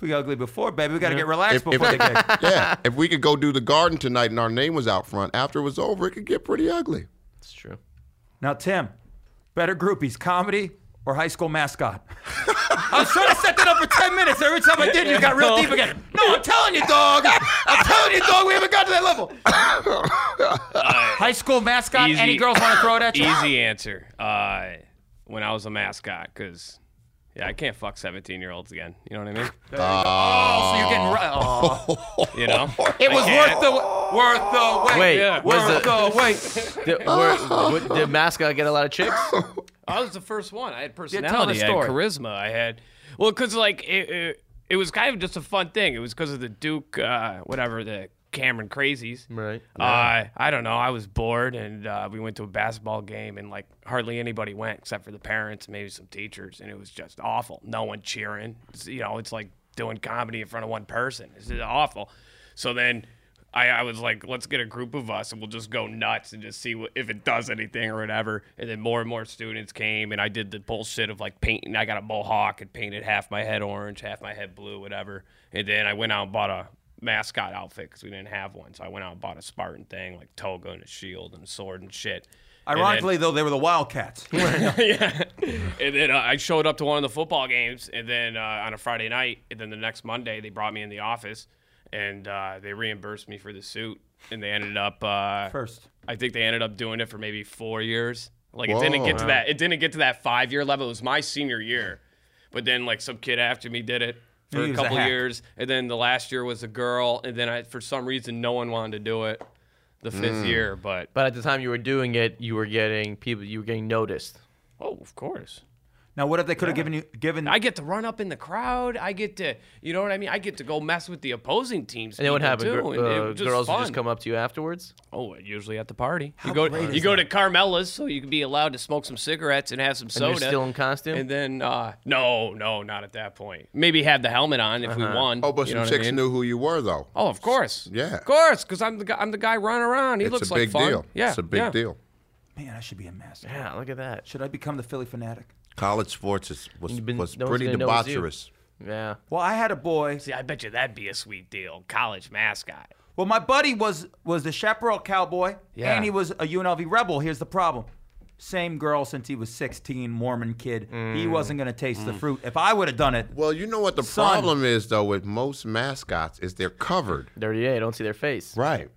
we got ugly before, baby. We got to get relaxed
If, if, <laughs>
before the game.
yeah, if we could go do the garden tonight and our name was out front, after it was over, it could get pretty ugly.
It's true.
Now, Tim, better groupies, comedy or high school mascot? <laughs> I was trying to set that up for 10 minutes. Every time I did, you got real deep again. No, I'm telling you, dog. I'm telling you, dog. We haven't got to that
<coughs>
level. high school mascot.
Easy-
Any girls want to throw it at you?
Easy answer. Uh, when I was a mascot, because yeah, I can't fuck seventeen-year-olds again. You know what I mean?
Oh, so you're getting. Re- oh.
You know,
It was worth the worth the wait.
Wait,
Yeah.
was
Worth
<laughs> the,
the wait.
did, <laughs> were, what- did mascot get a lot of chicks?
Oh, I was the first one. I had
the
personality.
story.
I had charisma. I had well, because like it, it, it was kind of just a fun thing. It was because of the Duke, uh, whatever the Cameron crazies.
<laughs> Right.
Uh, I don't know. I was bored, and uh, we went to a basketball game, and like hardly anybody went except for the parents, and maybe some teachers, and it was just awful. No one cheering. It's, you know, it's like doing comedy in front of one person. This is awful. So then I, I was like, let's get a group of us and we'll just go nuts and just see what, if it does anything or whatever. And then more and more students came and I did the bullshit of like painting. I got a mohawk and painted half my head orange, half my head blue, whatever. And then I went out and bought a mascot outfit because we didn't have one. So I went out and bought a Spartan thing, like toga and a shield and a sword and shit. And then-
Ironically, though, they were the Wildcats.
<laughs> yeah. And then uh, I showed up to one of the football games, and then uh, on a Friday night, and then the next Monday they brought me in the office, and uh, they reimbursed me for the suit, and they ended up uh,
First.
I think they ended up doing it for maybe four years. Like it didn't get to that. It didn't get to that five year level. It was my senior year, but then like some kid after me did it for
He
a
was a
couple
hack.
years, and then the last year was a girl, and then I for some reason no one wanted to do it the fifth
Mm.
year, but
But at the time you were doing it, you were getting people. You were getting noticed.
oh, of course.
Now, what if they could have given you given?
I get to run up in the crowd. I get to, you know what I mean? I get to go mess with the opposing teams.
And then what
people,
happened?
Too,
Gir-
and it
uh,
was just
girls would
fun.
just come up to you afterwards.
Oh, usually at the party. you go, you go to Carmela's, so you can be allowed to smoke some cigarettes and have some
And
soda.
you're still in costume?
And then, uh, no, no, not at that point. Maybe have the helmet on if we
Uh-huh.
won.
Oh, but
you
some
know what I
chicks
mean?
knew who you were though.
Oh, of course.
Yeah.
of course, because I'm the guy, I'm the guy running around. He
it's
looks
a
like
big
fun.
deal.
Yeah,
it's a big
yeah.
deal.
man, I should be a master.
Yeah, look at that.
Should I become the Philly fanatic?
College sports is, was
You've been-
was
no one's
pretty
gonna know it's you.
debaucherous.
Yeah.
Well, I had a boy.
See, I bet you that'd be a sweet deal.
<laughs>
College mascot.
Well, my buddy was was the chaparral cowboy,
Yeah.
and he was a UNLV rebel. Here's the problem: same girl since he was 16, Mormon kid. He
Mm.
wasn't gonna taste the fruit. If I would have done it,
Well, you know what the
Son.
problem is though with most mascots is they're covered.
Dirty A. Don't see their face.
Right.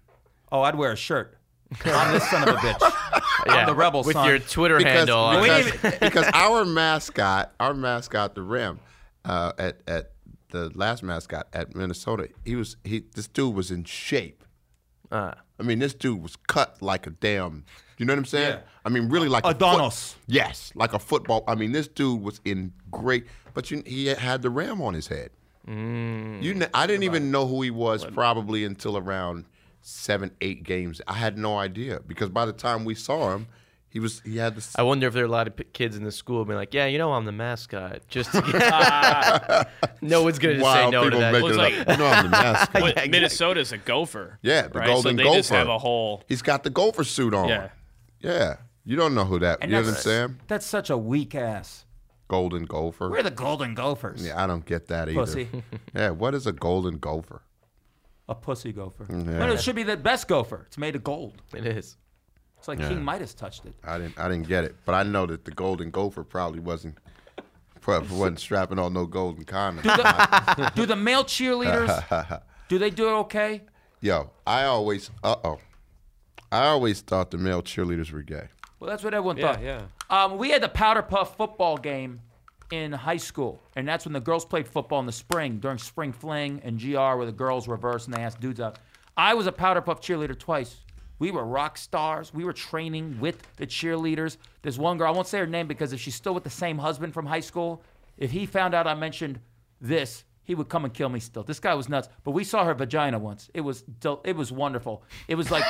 oh, I'd wear a
<laughs>
shirt. I'm this son of a bitch.
Yeah.
the rebel
with
son.
your Twitter handle. on it.
Because, because our mascot, our mascot, the Ram, uh, at at the last mascot at Minnesota, he was he. This dude was in shape.
Uh.
I mean, this dude was cut like a damn. You know what I'm saying?
Yeah.
I mean, really like a
Adonis.
foot- yes, like a football. I mean, this dude was in great, but you, he had the ram on his head. You, kn- I didn't even know who he was probably until around seven, eight games. I had no idea because by the time we saw him, he was he had the
I wonder if there are a lot of p- kids in the school being like, "Yeah, you know, I'm the mascot." Just to get, <laughs> no one's gonna just say
Wow,
no to
people
that.
making
Looks
it
like-
up. No, I'm the mascot.
But Minnesota's a gopher.
Yeah, the
right?
golden
so they
gopher.
just have a whole.
<laughs> He's got the gopher suit on.
Yeah.
Yeah. You don't know who that.
And
you know what I'm
that's-
saying?
That's such a weak ass.
Golden gopher.
We're the Golden Gophers.
Yeah, I don't get that either.
Pussy.
<laughs> yeah, what is a golden gopher?
A pussy gopher. But it should be the best gopher. It's made of gold.
It is.
It's like King Midas touched
<laughs>
it.
I didn't I didn't get it, but I know that the golden gopher probably wasn't probably wasn't strapping on no golden condom.
<laughs> Do the male cheerleaders?
<laughs>
do they do it okay?
Yo, I always uh oh, I always thought the male cheerleaders were gay.
Well, that's what everyone
Yeah,
thought.
yeah.
Um, we had the powder puff football game in high school, and that's when the girls played football in the spring during spring fling and GR, where the girls reverse and they asked dudes out. I was a powder puff cheerleader twice. We were rock stars. We were training with the cheerleaders. There's one girl I won't say her name because if she's still with the same husband from high school, if he found out I mentioned this, he would come and kill me. Still, this guy was nuts. But we saw her vagina once. It was del- it was wonderful. It was
<laughs>
like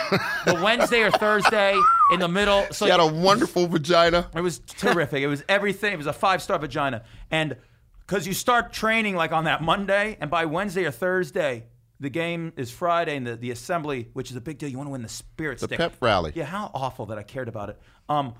the Wednesday or Thursday in the middle. So
He had a wonderful vagina.
it was terrific. it was everything. It was a five star vagina. And because you start training like on that Monday, and by Wednesday or Thursday, the game is Friday, and the, the assembly, which is a big deal. You want to win the spirit
The
stick.
pep rally.
Yeah, how awful that I cared about it. Um,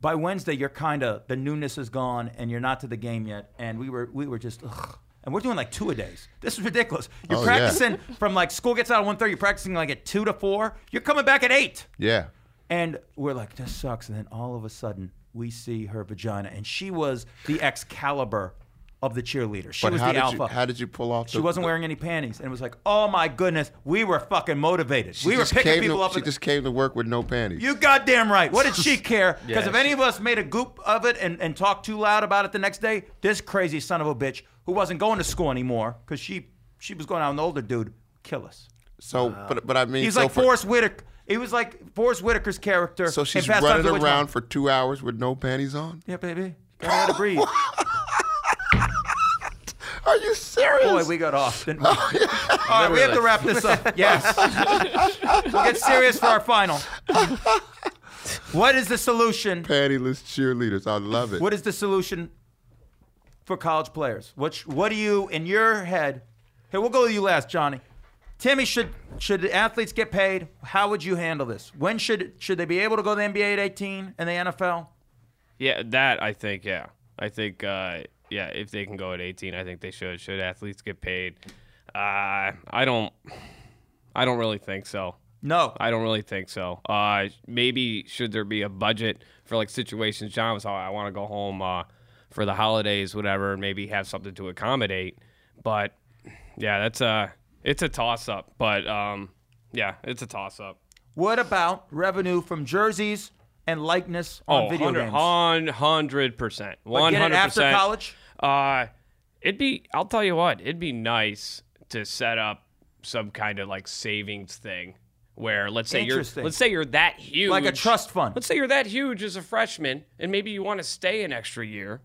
by Wednesday, you're kind of the newness is gone, and you're not to the game yet. And we were we were just. Ugh. And we're doing like two a days. This is ridiculous. You're
Oh, yeah.
practicing from like school gets out at 1.30, you're practicing like at 2 to 4. You're coming back at 8.
Yeah.
And we're like, this sucks. And then all of a sudden, we see her vagina, and she was the Excalibur of the cheerleader. She
But
was
how
the
did
alpha.
you how did you pull off?
she wasn't wearing any panties, and it was like, oh my goodness, we were fucking motivated. we were
just
picking
came
people
to,
up.
She
in the-
just came to work with no panties.
you goddamn right. What did
<laughs>
she care? Because
Yeah,
if any
she-
of us made a goop of it and, and talked too loud about it the next day, this crazy son of a bitch who wasn't going to school anymore because she she was going out with an older dude kill us.
so, but but I mean,
He's
so
like
for-
Forrest Whitaker. He was like Forrest Whitaker's character.
So
in
she's
Fast Times at
running
Ridgemont.
around for two hours with no panties on.
Yeah, baby. Gotta let it <laughs> breathe.
Are you serious?
Boy, we got off. didn't we? Oh, All right, we have to wrap this up. <laughs> Yes. we'll get serious for our final. What is the solution?
Pantyless cheerleaders. I love it.
What is the solution for college players? Which what do you in your head? Here, we'll go with you last, Johnny. Timmy, should should athletes get paid? How would you handle this? When should should they be able to go to the NBA at 18 and the NFL?
Yeah, that I think. Yeah, I think. Uh, yeah, if they can go at 18, I think they should. Should athletes get paid? Uh, I don't. I don't really think so.
No,
I don't really think so. Uh, maybe should there be a budget for like situations? John was, oh, I want to go home uh, for the holidays, whatever. and Maybe have something to accommodate. But yeah, that's a it's a toss up. But um, yeah, it's a toss up.
What about revenue from jerseys and likeness on
oh,
video games?
hundred percent,
But
one
get it
hundred
after
percent.
college.
Uh, it'd be. I'll tell you what. It'd be nice to set up some kind of like savings thing where let's say you're
Interesting.
let's say you're that huge,
Like a trust fund.
Let's say you're that huge as a freshman, and maybe you want to stay an extra year.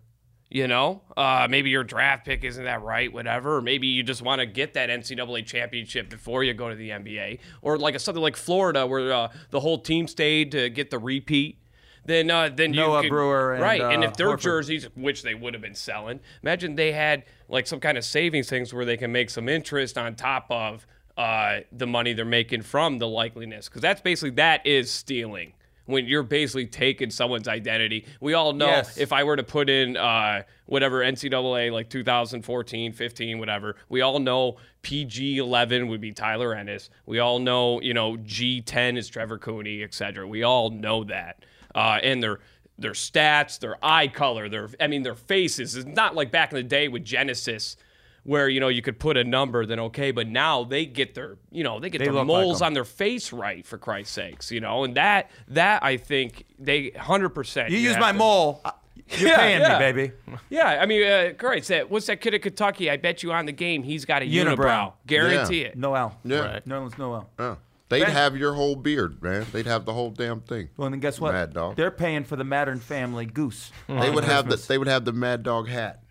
You know, uh, maybe your draft pick isn't that right, whatever. Or maybe you just want to get that NCAA championship before you go to the NBA, or like a, something like Florida, where uh, the whole team stayed to get the repeat. Then, uh, then
Noah
you could,
Brewer and,
right? and
uh,
if their
Horford.
jerseys, which they would have been selling, imagine they had like some kind of savings things where they can make some interest on top of uh, the money they're making from the likeliness, because that's basically that is stealing when you're basically taking someone's identity. We all know
Yes.
if I were to put in uh, whatever NCAA like 2014, 15, whatever, we all know PG 11 would be Tyler Ennis. We all know you know G10 is Trevor Cooney, et cetera. We all know that, uh, and their their stats, their eye color, their I mean their faces. It's not like back in the day with Genesis. Where you know you could put a number, then okay, but now they get their you know they get their
look like
moles
them.
on their face right for Christ's sakes, you know, and that that I think they hundred percent.
You use my mole. I- You're
Yeah,
paying
yeah.
me,
<laughs>
baby.
Yeah, I mean, uh, great. That what's that kid at Kentucky? I bet you on the game he's got a
Unibrow.
unibrow. Guarantee it.
Noel.
Yeah. Right.
No one's Noel.
Yeah. They'd
Ben-
have your whole beard, man. They'd have the whole damn thing.
Well, then guess what?
Mad Dog.
They're paying for the Mattern family goose.
Hmm.
They would have the they would have the Mad Dog hat.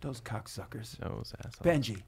Those cocksuckers.
Those assholes.
Benji.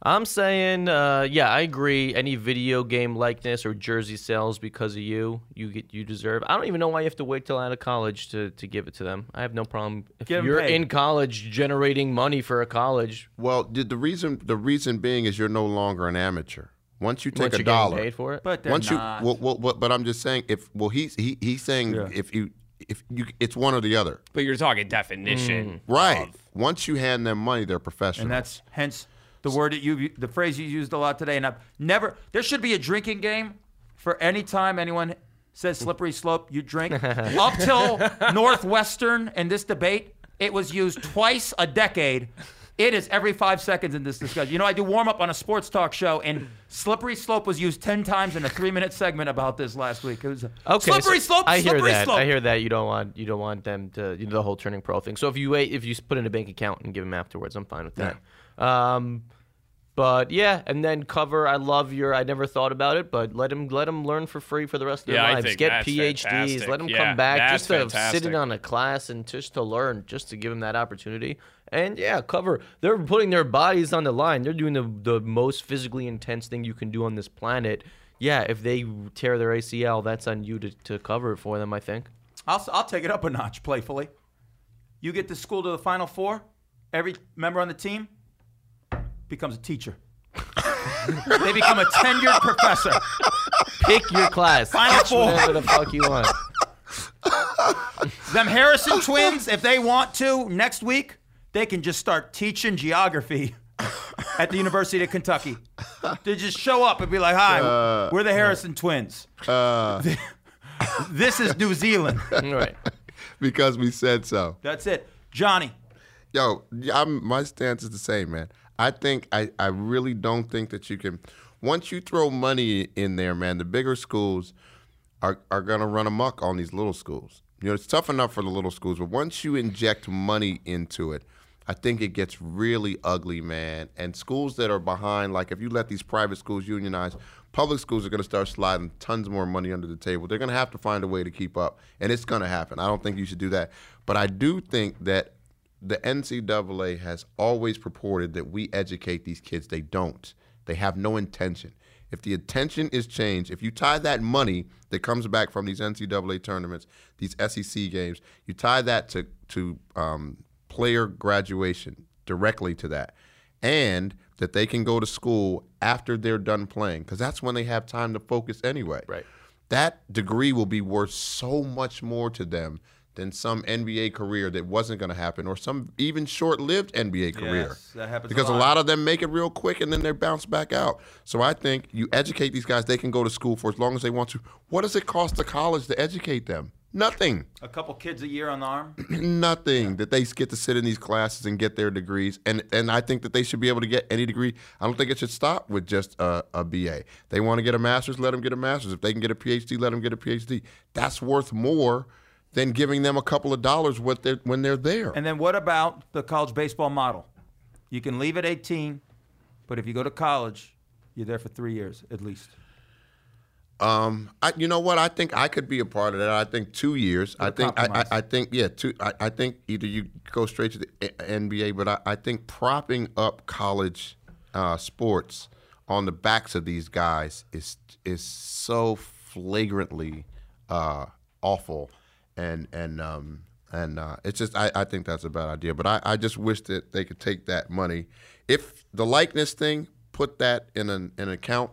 I'm saying, uh, yeah, I agree. Any video game likeness or jersey sales because of you, you get you deserve. I don't even know why you have to wait till out of college to, to give it to them. I have no problem if
Get 'em
you're
paid.
in college generating money for a college.
Well, the, the reason the reason being is you're no longer an amateur. Once you take
once
a
you're
dollar,
getting paid for it.
But they're
once
not.
you well, well, well, but I'm just saying if well he's he, he's saying if you if you it's one or the other.
But you're talking definition,
Right. Once you hand them money, they're professional.
and that's hence the word that you the phrase you used a lot today and i've never there should be a drinking game for any time anyone says
Hmm.
slippery slope you drink
<laughs>
up till northwestern and this debate it was used twice a decade it is every five seconds in this discussion. You know, I do warm up on a sports talk show, and slippery slope was used 10 times in a three minute segment about this last week. It was
Okay, so
slippery slope,
I hear
slippery
that.
slope.
I hear that. You don't want you don't want them to you know, the whole turning pro thing. So if you wait, if you put in a bank account and give them afterwards, I'm fine with that. Um, but yeah, and then cover. I love your. I never thought about it, but let him let him learn for free for the rest of their
Yeah, I
lives.
think
Get
that's
PhDs.
fantastic.
Let him
Yeah,
come back
that's
just to
fantastic.
sit in on a class and just to learn, just to give him that opportunity. And yeah, cover. They're putting their bodies on the line. They're doing the the most physically intense thing you can do on this planet. Yeah, if they tear their ACL, that's on you to, to cover it for them. I think.
I'll, I'll take it up a notch playfully. You get the school to the Final Four, every member on the team becomes a teacher. they become a tenured professor.
Pick your class.
Final
Pitch
four.
Whatever the fuck you want.
Them Harrison twins, if they want to, next week, they can just start teaching geography at the University of Kentucky. They just show up and be like, hi,
Uh,
we're the Harrison twins. <laughs> this is New Zealand.
All right.
<laughs> because we said so.
That's it. Johnny,
Yo, I'm, my stance is the same, man. I think I, I really don't think that you can. Once you throw money in there, man, the bigger schools are are gonna run amok on these little schools. You know, it's tough enough for the little schools, but once you inject money into it, I think it gets really ugly, man. And schools that are behind, like if you let these private schools unionize, public schools are gonna start sliding tons more money under the table. They're gonna have to find a way to keep up, and it's gonna happen. I don't think you should do that, but I do think that the NCAA has always purported that we educate these kids. They don't. They have no intention. If the intention is changed, if you tie that money that comes back E from these NCAA tournaments, these SEC games, you tie that to to um, player graduation directly to that, and that they can go to school after they're done playing because that's when they have time to focus anyway.
Right.
That degree will be worth so much more to them than some NBA career that wasn't going to happen or some even short-lived NBA career.
that happens a
because
lot.
a lot of them make it real quick and then they bounce back out. So I think you educate these guys; they can go to school for as long as they want to. What does it cost the college to educate them? Nothing,
A couple kids a year on the arm.
<clears throat> nothing. That they get to sit in these classes and get their degrees, and and I think that they should be able to get any degree. I don't think it should stop with just a, a BA. They want to get a master's, let them get a master's. If they can get a PhD, let them get a PhD. That's worth more than giving them a couple of dollars what they're, when they're there.
And then what about the college baseball model? You can leave at 18, but if you go to college, you're there for three years at least.
Um, I, you know what? I think I could be a part of that. I think two years. I think I, I, I think yeah. Two. I, I think either you go straight to the A- NBA, but I, I think propping up college uh, sports on the backs of these guys is is so flagrantly uh, awful, and and um and uh, it's just I, I think that's a bad idea. But I, I just wish that they could take that money, if the likeness thing, put that in an, an account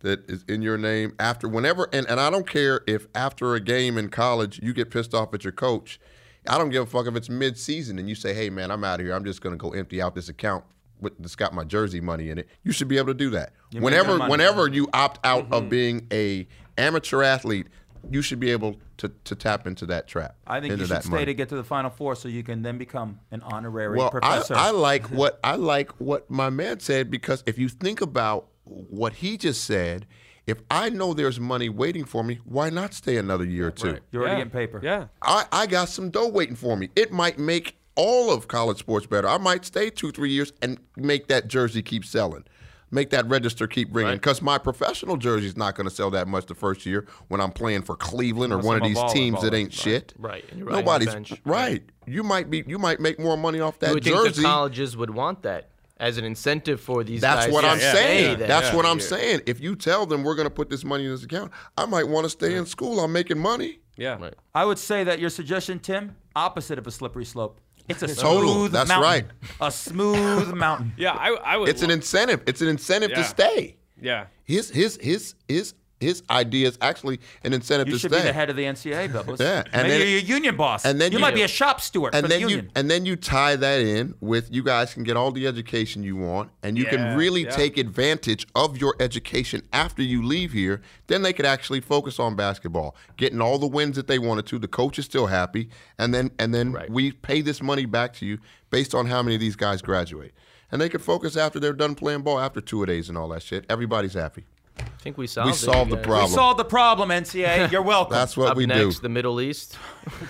that is in your name after whenever and, and I don't care if after a game in college you get pissed off at your coach. I don't give a fuck if it's mid season and you say, Hey man, I'm out of here. I'm just gonna go empty out this account with that's got my jersey money in it. You should be able to do that. whenever
money. Mm-hmm.
whenever you opt out of being a amateur athlete, you should be able to, to tap into that trap.
I think
into
you should
that
stay
money.
to get to the Final Four so you can then become an honorary
Well, I,
professor.
I like what I like what my man said because if you think about what he just said, if I know there's money waiting for me, why not stay another year or two?
you're already in paper.
Yeah.
I, I got some dough waiting for me. It might make all of college sports better. I might stay two, three years and make that jersey keep selling, make that register keep ringing. Because my professional jersey's not going to sell that much the first year when I'm playing for Cleveland or one of
I'm a
these
baller,
teams that
baller.
ain't shit.
Right, and you're riding the
Nobody's
bench.
right. You might be. You might make more money off that
You would
jersey.
think the colleges would want that as an incentive for these
That's
guys.
what
to
I'm
stay
saying.
there.
That's what I'm
Yeah.
saying. If you tell them we're going to put this money in this account, I might want to stay in school. I'm making money.
Yeah.
Right.
I would say that your suggestion, Tim, opposite of a slippery slope. It's
<laughs>
a smooth
Total. That's
mountain.
right.
A
<laughs>
smooth mountain.
Yeah. I, I would.
It's an
lo-
incentive. It's an incentive to
Yeah.
stay.
yeah.
His his his his his idea is actually an incentive
You
to
should
stay.
be the head of the
<laughs>
NCAA, Bubbles.
Yeah,
Maybe
and then-
you're your union boss.
and then
you,
you-
might be a shop steward
and
for
then
the union.
you and then you tie that in with you guys can get all the education you want and you
Yeah,
can really
yeah.
take advantage of your education after you leave here then they could actually focus on basketball getting all the wins that they wanted to the coach is still happy and then and then we pay this money back to you based on how many of these guys graduate and they could focus after they're done playing ball after two a days and all that shit everybody's happy
I think we solved.
we
it,
solved
you
the
guys.
problem
We solved the problem, NCAA.
<laughs>
You're welcome.
that's what
Up
we
next,
do
the Middle East.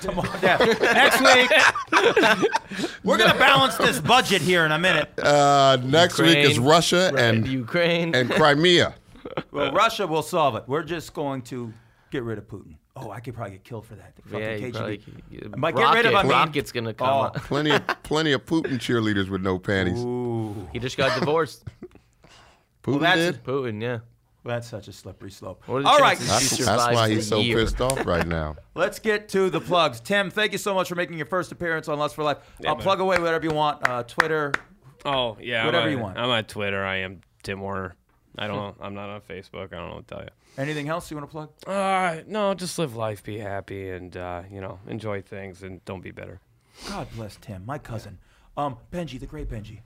Come on down. <laughs> Next week, we're
<laughs>
going to balance this budget here in a minute.
uh, next week is
Ukraine,
russia and
Ukraine.
and crimea
Well, Russia will solve it. We're just going to get rid of Putin. Oh, I could probably get killed for that. The fucking
yeah, you
KGB.
probably,
But get rid of
Rocket-
I mean-
Rocket's gonna come.
Oh.
up.
plenty of plenty of Putin cheerleaders with no panties.
He just got divorced.
<laughs> Putin
that's
did.
Putin, yeah.
That's such a slippery slope.
What are the
All right,
chances?
That's,
She
that's why
survived
he's
the
so
year.
pissed
<laughs>
off right now.
let's get to the plugs. Tim, thank you so much for making your first appearance on Lust for Life. I'll
man.
plug away whatever you want. Uh, Twitter.
<laughs> Oh yeah. I'm
Whatever
on-
you want.
I'm on Twitter. I am Tim Warner. I don't. know. I'm not on Facebook. I don't know what to tell you.
Anything else you want to plug?
Uh, no, just live life, be happy, and uh, you know, enjoy things, and don't be bitter.
God bless Tim, my cousin. Um, Benji, the great Benji.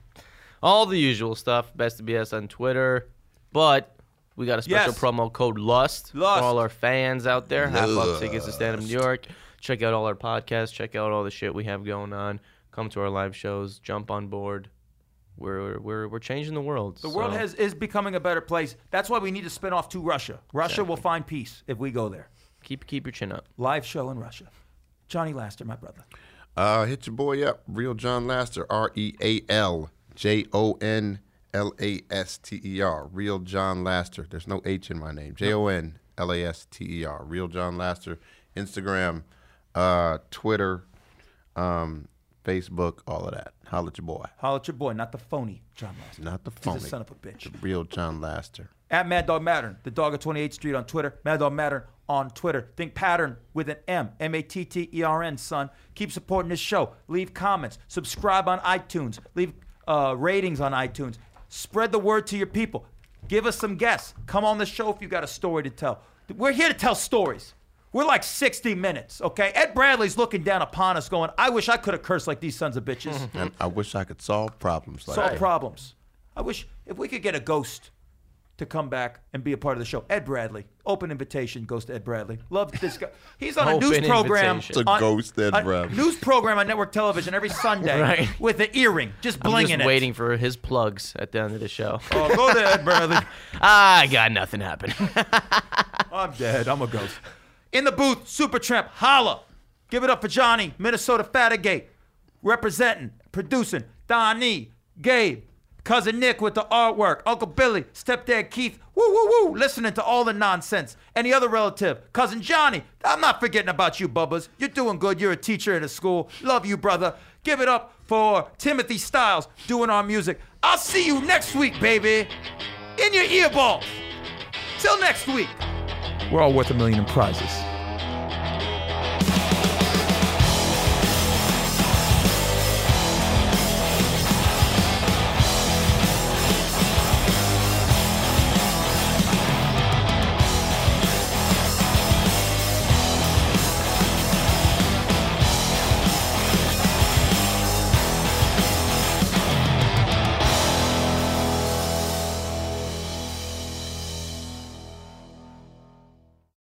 All the usual stuff. Best of BS on Twitter. But we got a special
Yes.
promo code LUST,
Lust.
for all our fans out there. Half off tickets to stand up New York. Check out all our podcasts. Check out all the shit we have going on. Come to our live shows. Jump on board. We're we're we're changing the world.
The world has is becoming a better place. That's why we need to spin off to Russia. Russia will find peace if we go there.
keep keep your chin up.
Live show in Russia. Johnny Laster, my brother.
Uh, hit your boy up, real John Laster, R E A L J O N L A S T E R, real John Laster. There's no H in my name. J O N L A S T E R, real John Laster. Instagram, uh, Twitter, um, Facebook, all of that. Holla at your boy,
Holla at your boy, not the phony John Laster.
not the
He's
phony,
a son of a bitch.
real John Laster.
At Mad Dog Mattern, the dog at 28th Street on Twitter, Mad Dog Mattern on Twitter. Think pattern with an M, M A T T E R N, son. Keep supporting this show. Leave comments. Subscribe on iTunes. Leave uh, ratings on iTunes. Spread the word to your people. Give us some guests. Come on the show if you got a story to tell. We're here to tell stories. We're like 60 minutes, okay? Ed Bradley's looking down upon us, going, I wish I could have cursed like these sons of bitches.
And I wish I could solve problems like
Solve
that.
problems. I wish if we could get a ghost to come back and be a part of the show. Ed Bradley, open invitation, ghost Ed Bradley. Love this guy. <laughs> He's on a
Open
news program.
invitation.
It's a
on-
ghost Ed
a
Bradley.
News program on network television
<laughs>
every Sunday
Right.
with an earring, just blinging
I'm just
it.
waiting for his plugs at the end of the show. Ah,
Oh, go to Ed Bradley.
<laughs> I got nothing happening.
I'm dead. I'm a ghost. In the booth, Super Tramp, holla. Give it up for Johnny, Minnesota Fatigate, representing, producing, Donnie, Gabe, Cousin Nick with the artwork, Uncle Billy, Stepdad Keith, woo woo woo, listening to all the nonsense. Any other relative, Cousin Johnny, I'm not forgetting about you, Bubbas. You're doing good. You're a teacher at a school. Love you, brother. Give it up for Timothy Styles doing our music. I'll see you next week, baby. In your earballs. Till next week. We're all worth a million in prizes.